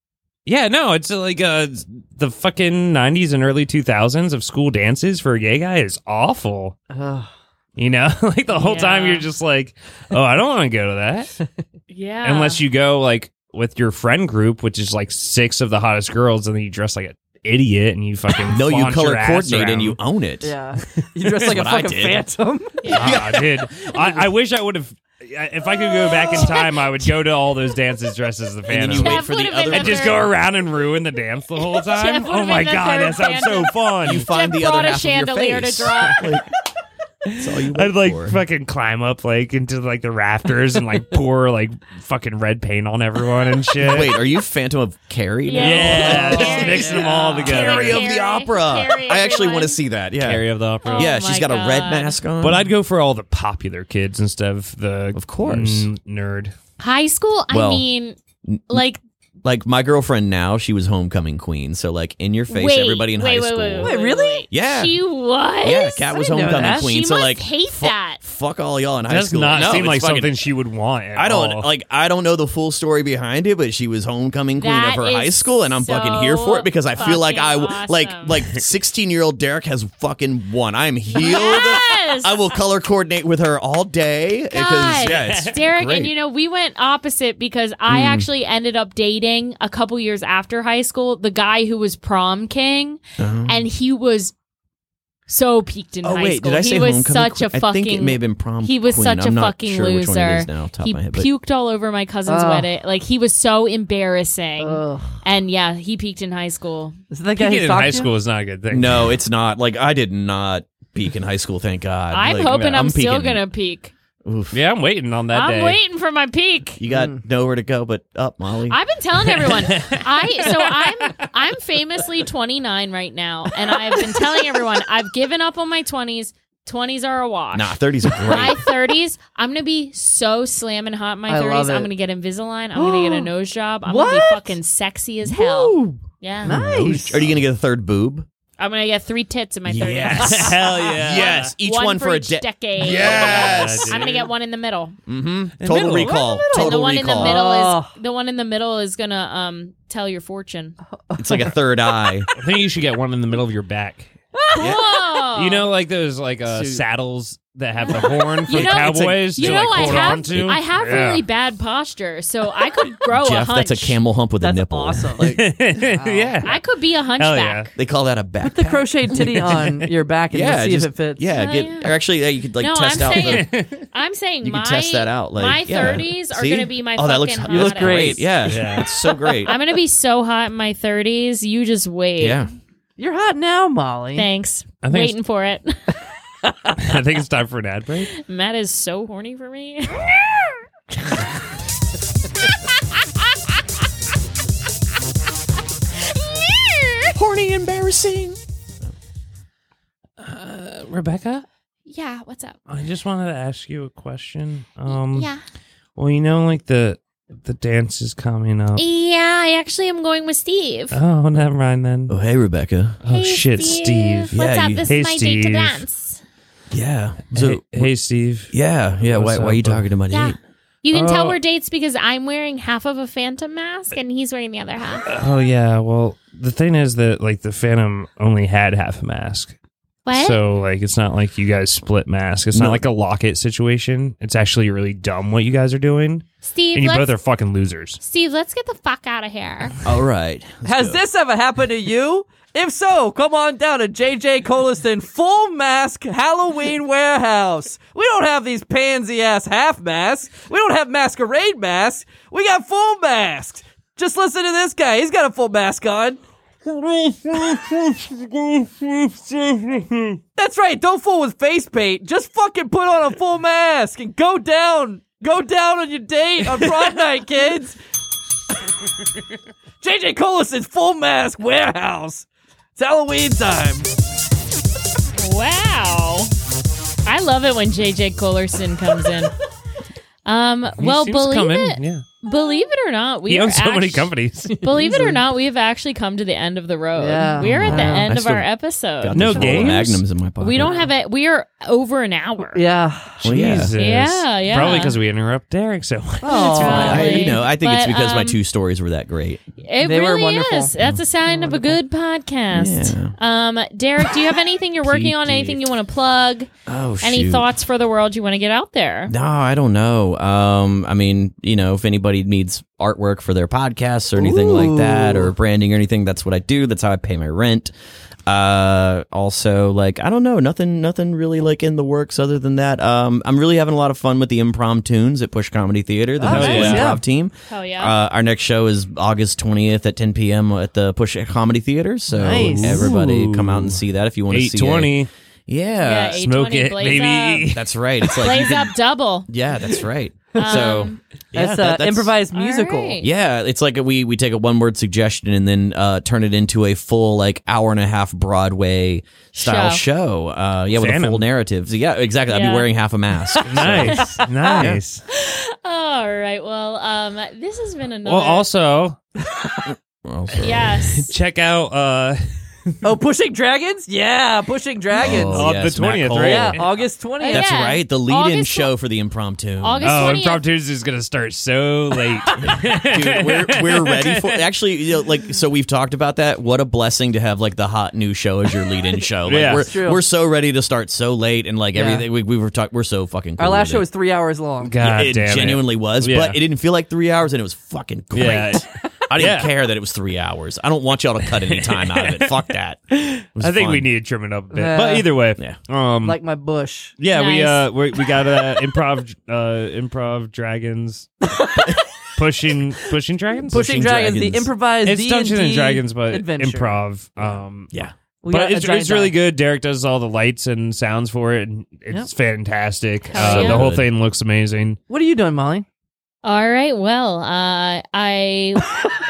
Yeah, no, it's uh, like uh, the fucking 90s and early 2000s of school dances for a gay guy is awful.
Ugh.
You know, like the whole time
Yeah.
you're just like, oh, I don't want to go to that.
Yeah.
Unless you go like with your friend group, which is like six of the hottest girls, and then you dress like an idiot and you fucking
No, you
flaunt your
color
ass
coordinate
around.
and you own it.
Yeah, you dress like a
That's what I
fucking
did.
phantom.
Ah, dude, I, I wish I would have. If I could go back in time, I would go to all those dances dressed as the
And then
Phantom.
you wait
Jeff
for the
would've been
other
the
and just
third.
go around and ruin the dance the whole time.
would've
oh my
been the
god,
third
that sounds so fun!
You find the
brought
other
a
half
chandelier
of your
to
face.
drop.
Like, that's all you wait
I'd like
for.
fucking climb up like into like the rafters and like pour like fucking red paint on everyone and shit.
Wait, are you Phantom of Carrie? now?
Yeah,
Yeah.
just mixing them all together.
Carrie of
Carrie,
the opera.
Carrie,
I actually
everyone.
want to see that. Yeah.
Area of the opera.
Oh
yeah, she's
my
got a red
God.
mask on.
But I'd go for all the popular kids instead of the
Of course.
n- nerd.
High school, I
Well,
mean, like
like my girlfriend now, she was homecoming queen, so like in your face
wait,
everybody in
wait,
high
wait,
school.
Wait, wait,
Wait,
wait,
really?
wait.
Yeah.
She was?
Yeah, Cat
I
was
didn't know
homecoming
that.
queen,
She
so
must
like
hate
fu-
that.
Fuck all y'all in high
Does
school.
not
No,
seem
it's
like
fucking-
something she would want. at
I don't
all.
like. I don't know the full story behind it, but she was homecoming queen
That
of her
is
high school, and I'm fucking here for it because I feel like
fucking
I w- like
awesome.
like 16 year old Derek has fucking won. I'm healed.
Yes.
I will color coordinate with her all day because
God.
yeah, it's great.
Derek,
Hmm.
and you know, we went opposite because I actually ended up dating a couple years after high school the guy who was prom king,
Oh.
and he was so peaked in
Oh
high
wait,
school.
did I say
he was
homecoming
such a
queen? I
fucking.
think it may have been prom.
he was
queen.
such a
I'm not
fucking
sure Which one it
loser.
is now, off the top
he
of my head, but-
puked all over my cousin's
Oh.
wedding. Like he was so embarrassing,
Ugh.
and yeah, he peaked in high school.
Is that the guy
Peeking
who
in
stalked
high
you?
school is not a good thing.
No, it's not. Like I did not peak in high school. Thank God.
I'm
Like,
hoping I'm, still
peaking-
gonna peak.
Oof.
Yeah, I'm waiting on that
I'm
day.
waiting for my peak.
You got nowhere to go but up, Molly.
I've been telling everyone. I so I'm I'm famously 29 right now, and I've been telling everyone I've given up on my 20s. 20s are a wash.
nah, thirties are great.
My 30s, I'm gonna be so slamming hot. In my
I
30s,
love it.
I'm gonna get Invisalign. I'm gonna get a nose job. I'm gonna
What?
be fucking sexy as hell.
Ooh,
Yeah,
nice.
Are you gonna get a third boob?
I'm gonna get three tits in my 30s.
Yes.
Hell yeah.
Yes, each one, for a
each
de-
decade.
Yes.
I'm gonna get one in the middle.
Mm-hmm. Total
middle.
recall.
And the
Total
one in the
recall.
middle
Oh.
is the one in the middle is gonna um tell your fortune.
It's like a third eye.
I think you should get one in the middle of your back.
Whoa.
You know, like those like uh,
Dude.
saddles that have the horn for
You know-
cowboys
You
to
know,
like
I
hold
have
on to.
I have
Yeah.
really bad posture, so I could grow Oh, a
Jeff,
hunch.
that's a camel hump with
That's
a nipple.
awesome.
yeah.
I could be a
Hell yeah.
hunchback.
They call that a back.
Put the crocheted titty on your back and
yeah,
let's see
just-
if it fits.
Yeah,
Oh,
get,
yeah.
or actually, yeah, you could like
No,
test
I'm
out.
saying-
the,
I'm saying
you
my
can test that out. Like
my
yeah.
30s are
See?
gonna be my
Oh, that looks
fucking
you look
hottest.
great. Yeah,
Yeah.
it's so great.
I'm gonna be so hot in my 30s. You just wait.
yeah,
You're hot now, Molly.
Thanks.
I think
Waiting for it.
I think it's time for an ad break.
Matt is so horny for me.
horny, embarrassing.
Uh, Rebecca,
yeah. What's up?
I just wanted to ask you a question. Um,
yeah.
Well, you know, like the the dance is coming up.
Yeah. I actually am going with Steve.
Oh, never mind then.
Oh, hey, Rebecca.
Oh shit, Steve.
What's
Yeah,
up?
you-
This
Hey,
is my date to
Steve.
dance.
Yeah. So,
hey, hey, Steve.
yeah, yeah. Why,
What's
why are you
up, bud?
talking to my
Yeah.
date?
You can tell
Oh.
we're dates because I'm wearing half of a phantom mask and he's wearing the other half.
Oh yeah. Well, the thing is that like the Phantom only had half a mask,
What?
so like it's not like you guys split mask. It's
No.
not like a locket situation. It's actually really dumb what you guys are doing,
Steve,
and you
let's,
both are fucking losers.
Steve, let's get the fuck out of here.
All right. let's
Has
go.
this ever happened to you? If so, come on down to JJ Coliston Full Mask Halloween Warehouse. We don't have these pansy ass half masks. We don't have masquerade masks. We got full masks. Just listen to this guy. He's got a full mask on. That's right. Don't fool with face paint. Just fucking put on a full mask and go down. Go down on your date on prom night, kids. JJ Colison's full mask warehouse. It's Halloween time.
Wow. I love it when JJ Colerson comes in. Um,
He
well,
seems to
believe
come
it.
in, Yeah.
believe it or not, we
he
are
owns so many
act-
companies.
Believe it or not, we have actually come to the end of the road.
Yeah.
We are at the
Wow.
end
I
of our
still
episode.
Got
No
this roll of
games?
Magnums in my pocket.
We don't have it. We are over an hour.
Yeah.
Well, yeah.
Jesus.
Yeah, yeah.
Probably because we interrupt Derek so much.
Oh,
right.
I, you know, I think it's
But,
because my
um,
two stories were that great.
It
They were
really
wonderful.
is. That's a sign of a good podcast. Um, Derek, do you have anything you're working on?
PG.
Anything you want to plug?
Oh,
Any thoughts for the world you want to get out there?
No, I don't know. Um, I mean, you know, if anybody needs artwork for their podcasts or anything like that, or branding or anything, that's what I do. That's how I pay my rent. Uh, also, like, I don't know, nothing, nothing really like in the works other than that. Um, I'm really having a lot of fun with the impromptunes at Push Comedy Theater, the
Oh,
high school
nice.
improv
Yeah.
team.
Hell yeah.
Uh, our next show is August 20th at 10 p.m. at the Push Comedy Theater. So
Nice.
everybody come out and see that if you want to see. a-
820.
yeah.
Yeah,
Smoke
820,
it,
blaze
baby.
That's right. It's like you
Blaze
can-
up double.
yeah, that's right. so
Um,
yeah,
that's
that-
an improvised
All
musical.
right.
Yeah, it's like we we take a one word suggestion and then uh, turn it into a full like hour and a half Broadway style
Show.
show. Uh, yeah, with a
Phantom.
full narrative. So, yeah, exactly. I'd
Yeah.
be wearing half a mask.
Nice. nice.
All right. Well, um, this has been another.
Well, also,
yes.
check out uh,
Oh, Pushing Dragons? Yeah, Pushing Dragons.
Oh,
on
yes,
the
Matt
20th,
Cole.
right?
yeah, August 20th.
Oh, Yeah.
That's right. The lead in
August tw-
show for the impromptu.
August
Oh,
20th.
Impromptu is going to start so late.
Dude, we're, we're ready for actually you know, like so we've talked about that what a blessing to have like the hot new show as your lead-in show like
Yeah.
we're,
It's
true.
we're so ready to start so late and like
Yeah.
everything we, we were talking we're so fucking cool
Our last
with
show
it.
was three hours long.
God
it
damn it.
genuinely was,
Yeah.
but it didn't feel like three hours, and it was fucking great.
Yeah.
I didn't
Yeah.
care that it was three hours. I don't want y'all to cut any time out of it. Fuck that. It was
I think
fun. Uh,
we need to trim it up a bit.
Yeah.
But either way,
Yeah.
um,
Like my bush.
yeah, we
Nice.
uh, we we got uh, improv, uh, improv dragons, pushing, pushing dragons,
Pushing
Pushing, Dragons,
Dragons.
the improvised
It's
D&D
Dungeons and Dragons, but
adventure.
improv. Um,
Yeah.
We got
but
a
it's,
giant
it's really
die.
good. Derek does all the lights and sounds for it, and it's fantastic.
Hell
Uh,
yeah.
The whole
Good.
thing looks amazing.
What are you doing, Molly?
All right. Well, uh, I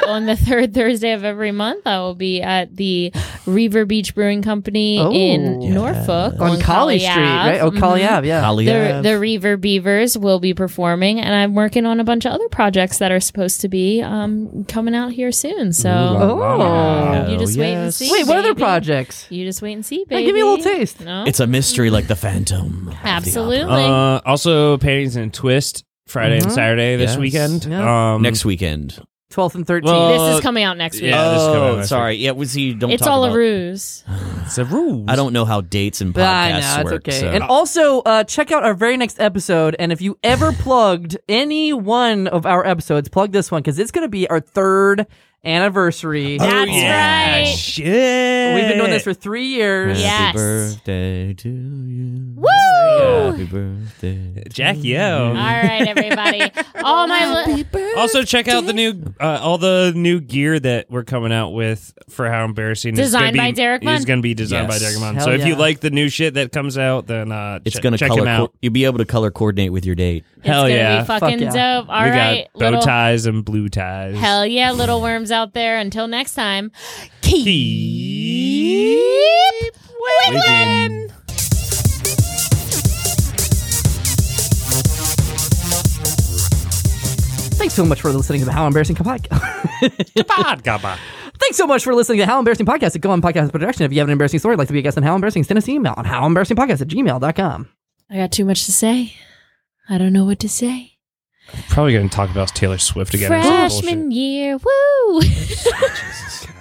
on the third Thursday of every month, I will be at the Reaver Beach Brewing Company
Oh.
in
Yeah.
Norfolk
On Collie Street, right? Oh, Collie
Mhm.
Ave, yeah.
The,
Talia.
the Reaver Beavers will be performing, and I'm working on a bunch of other projects that are supposed to be um, coming out here soon. So
Oh.
you just wait and
yes.
see.
Wait, what other
baby.
projects?
You just wait and see,
Yeah,
baby.
give me a little taste.
No,
it's a mystery like the Phantom. of the
absolutely.
Opera.
Uh, also, paintings and twist Friday
Mhm.
and Saturday this
Yes.
weekend.
Yeah.
Um,
Next weekend.
12th and 13th.
Well,
this
uh,
is coming out next week.
yeah. this is coming out
oh,
next
sorry. Yeah, was he? Don't
it's
talk
all
about,
a ruse.
it's a rules.
I don't know how dates and podcasts
I know, it's
work.
okay.
so-
And also, uh, check out our very next episode. And if you ever plugged any one of our episodes, plug this one because it's going to be our third anniversary.
Oh,
That's
Oh, yeah.
right.
Shit.
We've been doing this for three years.
Yeah. Yes.
Happy birthday to you.
Woo!
Happy birthday.
Jackie Yo.
All right, everybody.
Oh,
all my li-
Mm-hmm. Also, check out the new, uh, all the new gear that we're coming out with for how embarrassing. It's
Designed
gonna
by
be,
Derek Munn.
It's going to be designed by
Yes.
Derek Munn.
Hell
So if you
yeah.
like the new shit that comes out, then uh,
It's
ch-
gonna
check
color.
him out.
co- you'll be able to color coordinate with your date.
Hell
it's gonna
yeah.
be fucking
Fuck yeah.
dope. All right,
we got bow
little-
ties and blue ties.
Hell yeah, little worms out there. Until next time,
Keep wiggling.
Thanks so much for listening to the How Embarrassing Podcast.
Pod gabba.
Thanks so much for listening to How Embarrassing Podcast at Go On Podcast Production. If you have an embarrassing story, like to be a guest on How Embarrassing, send us an email on howembarrassingpodcast at gmail.com.
I got too much to say. I don't know what to say.
Probably going to talk about Taylor Swift again. or some bullshit.
freshman year. Woo!
Jesus.